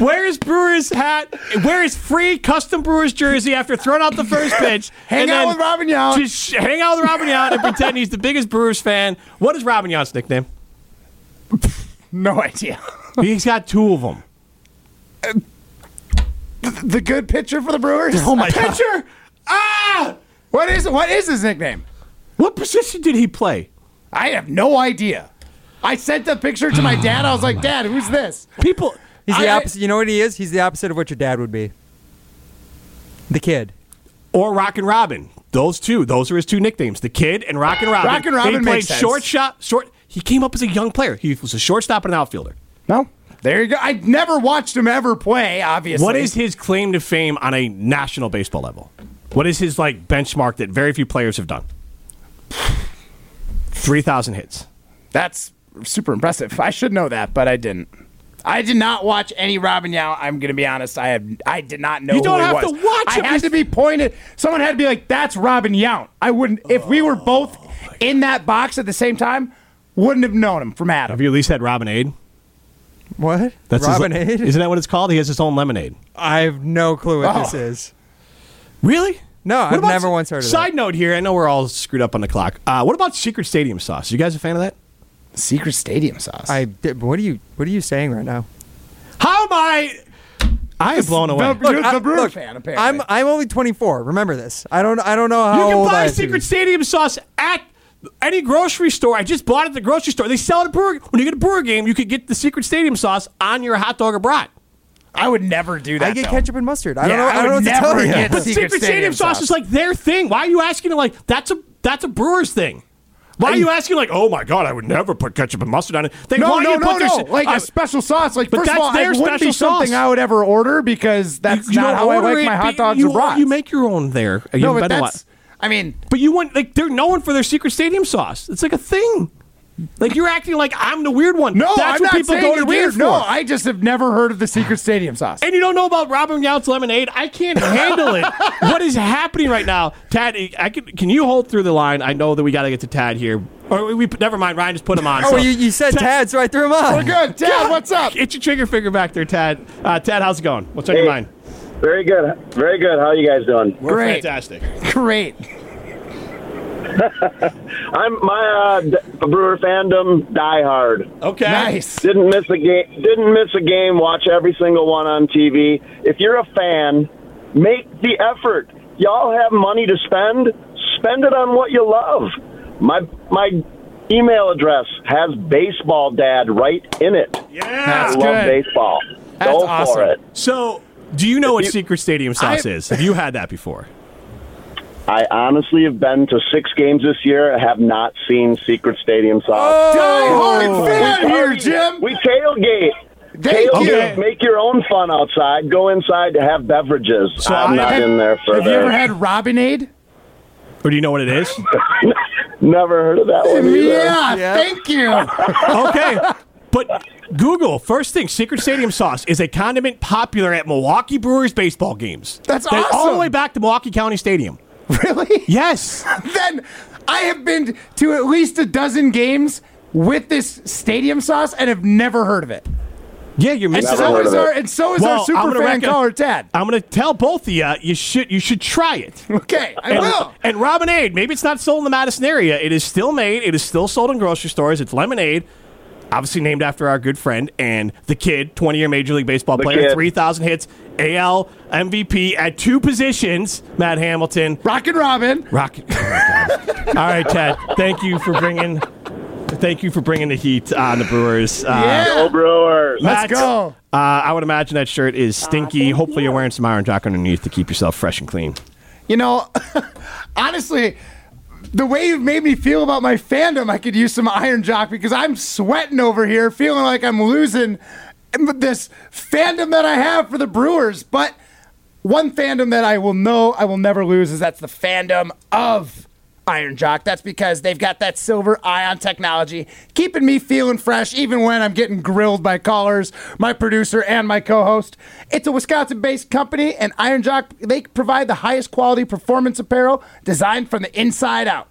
wear his Brewers hat, wear his free custom Brewers jersey after throwing out the first pitch. Hang and out then with Robin Yount. Just sh- hang out with Robin Yount and pretend he's the biggest Brewers fan. What is Robin Yount's nickname? No idea. He's got two of them. The good pitcher for the Brewers. Oh, my A God. pitcher. Ah! What is what is his nickname? What position did he play? I have no idea. I sent the picture to my dad. I was like, Dad, who's this? People. He's the I- opposite. You know what he is? He's the opposite of what your dad would be. The kid. Or Rock and Robin. Those two. Those are his two nicknames. The Kid and Rock and Robin. Rockin' Robin He played makes sense. shortstop. Short. He came up as a young player. He was a shortstop and an outfielder. No. There you go. I never watched him ever play, obviously. What is his claim to fame on a national baseball level? What is his like benchmark that very few players have done? Three thousand hits. That's super impressive. I should know that, but I didn't. I did not watch any Robin Yount. I'm going to be honest. I have. I did not know. You don't who he have to was. watch I him. had to be pointed. Someone had to be like, "That's Robin Yount." I wouldn't. If we Oh were both in that box at the same time, wouldn't have known him from Adam. Have you at least had Robin Aid? What? That's his- Robinade? isn't that what it's called? He has his own lemonade. I have no clue what this Oh. is. Really? No, What I've about- never once heard of that. Side note here, I know we're all screwed up on the clock. Uh, what about Secret Stadium sauce? You guys a fan of that? Secret Stadium sauce. I did, what are you what are you saying right now? How am I? I am blown away. Look, I- look, I'm I'm only 24. Remember this. I don't I don't know how you can old I buy have to Secret be. Stadium sauce at any grocery store. I just bought it at the grocery store. They sell it at brewer. When you get a brewer game, you could get the Secret Stadium sauce on your hot dog or brat. I would never do I get ketchup and mustard. I don't know. I, would don't know what to tell you. But Secret, Stadium, sauce is like their thing. Why are you asking? Like that's a that's a brewer's thing. Why are you asking? Like, oh my god, I would never put ketchup and mustard on it. They no, want no, you to no, put their no. shit- like I- a special sauce. Like But first of that's all, their it wouldn't be special something sauce. I would ever order because that's you not don't how I order like it, my but hot dogs you, or brats. You make your own there. uh, You No, but invent a lot. that's- I mean, but you wouldn't like they're known for their secret stadium sauce. It's like a thing. Like you're acting like I'm the weird one. No, that's I'm what not people saying go you're to weird. For. No, I just have never heard of the Secret Stadium sauce. and you don't know about Robin Yount's lemonade. I can't handle it. what is happening right now, Tad? I can. Can you hold through the line? I know that we got to get to Tad here. Or we, we never mind. Ryan just put him on. Oh, so- you, you said Tad, so I threw him on. We're good. Tad, what's up? Get your trigger finger back there, Tad. Uh, Tad, how's it going? What's on Hey. your mind? Very good. Very good. How you guys doing? We're fantastic. Great. I'm my uh, D- Brewer fandom diehard. Okay. Nice. Didn't miss a game. Didn't miss a game. Watch every single one on TV. If you're a fan, make the effort. Y'all have money to spend. Spend it on what you love. My my email address has baseball dad right in it. Yeah, I That's love good. baseball. Go for it. So, do you know what you- secret stadium sauce I- is? Have you had that before? I honestly have been to six games this year. I have not seen Secret Stadium sauce. Oh, fan here, Jim. We tailgate. Oh. Thank tailgate. you. Make your own fun outside. Go inside to have beverages. I'm I- not have- in there for Have that. you ever had Robinade? Or do you know what it is? Never heard of that one either. Yeah, thank you. okay, but Google first thing. Secret Stadium sauce is a condiment popular at Milwaukee Brewers baseball games. That's They- All awesome. the way back to Milwaukee County Stadium. Really? Yes. then I have been to at least a dozen games with this stadium sauce and have never heard of it. Yeah, you're And missing. so out. is our- and so is our Well, I'm super gonna fan recom- caller, Tad. I'm going to tell both of you you should you should try it. Okay, I and, will. And Robinade, maybe it's not sold in the Madison area. It is still made. It is still sold in grocery stores. It's lemonade, obviously named after our good friend and the kid, 20 year Major League Baseball The player, kid. 3,000 hits, AL MVP at two positions, Matt Hamilton. Rockin' Robin. Rocket. Oh my God. All right, Ted. Thank you for bringing. Thank you for bringing the heat on the Brewers. Uh, Go Brewers. Matt, Uh, I would imagine that shirt is stinky. Hopefully, you're wearing some Iron Jock underneath to keep yourself fresh and clean. You know, honestly, the way you've made me feel about my fandom, I could use some iron jock because I'm sweating over here, feeling like I'm losing this fandom that I have for the Brewers. But one fandom that I will know I will never lose is that's the fandom of Iron Jock. That's because they've got that silver ion technology, keeping me feeling fresh even when I'm getting grilled by callers, my producer, and my co host. It's a Wisconsin based company, and Iron Jock, they provide the highest quality performance apparel designed from the inside out.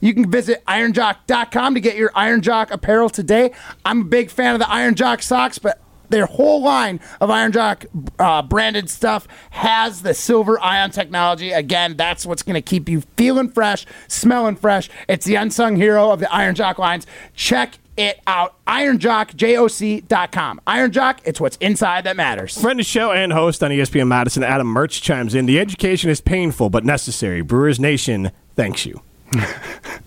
You can visit ironjock.com to get your Iron Jock apparel today. I'm a big fan of the Iron Jock socks, but their whole line of Iron Jock uh, branded stuff has the silver ion technology. Again, that's what's going to keep you feeling fresh, smelling fresh. It's the unsung hero of the Iron Jock lines. Check it out. IronJockJOC.com. Iron Jock, it's what's inside that matters. Friend of show and host on E ESPN Madison, Adam Merch chimes in. The education is painful but necessary. Brewers Nation thanks you.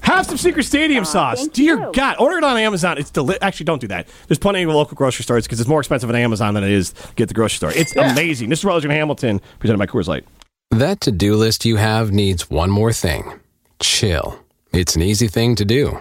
Have some Secret Stadium sauce. Dear God, order it on Amazon. It's deli- actually don't do that. There's plenty of local grocery stores because it's more expensive on Amazon than it is to get at the grocery store. It's amazing. This is Roger Hamilton presented by Coors Light. That to do list you have needs one more thing chill. It's an easy thing to do.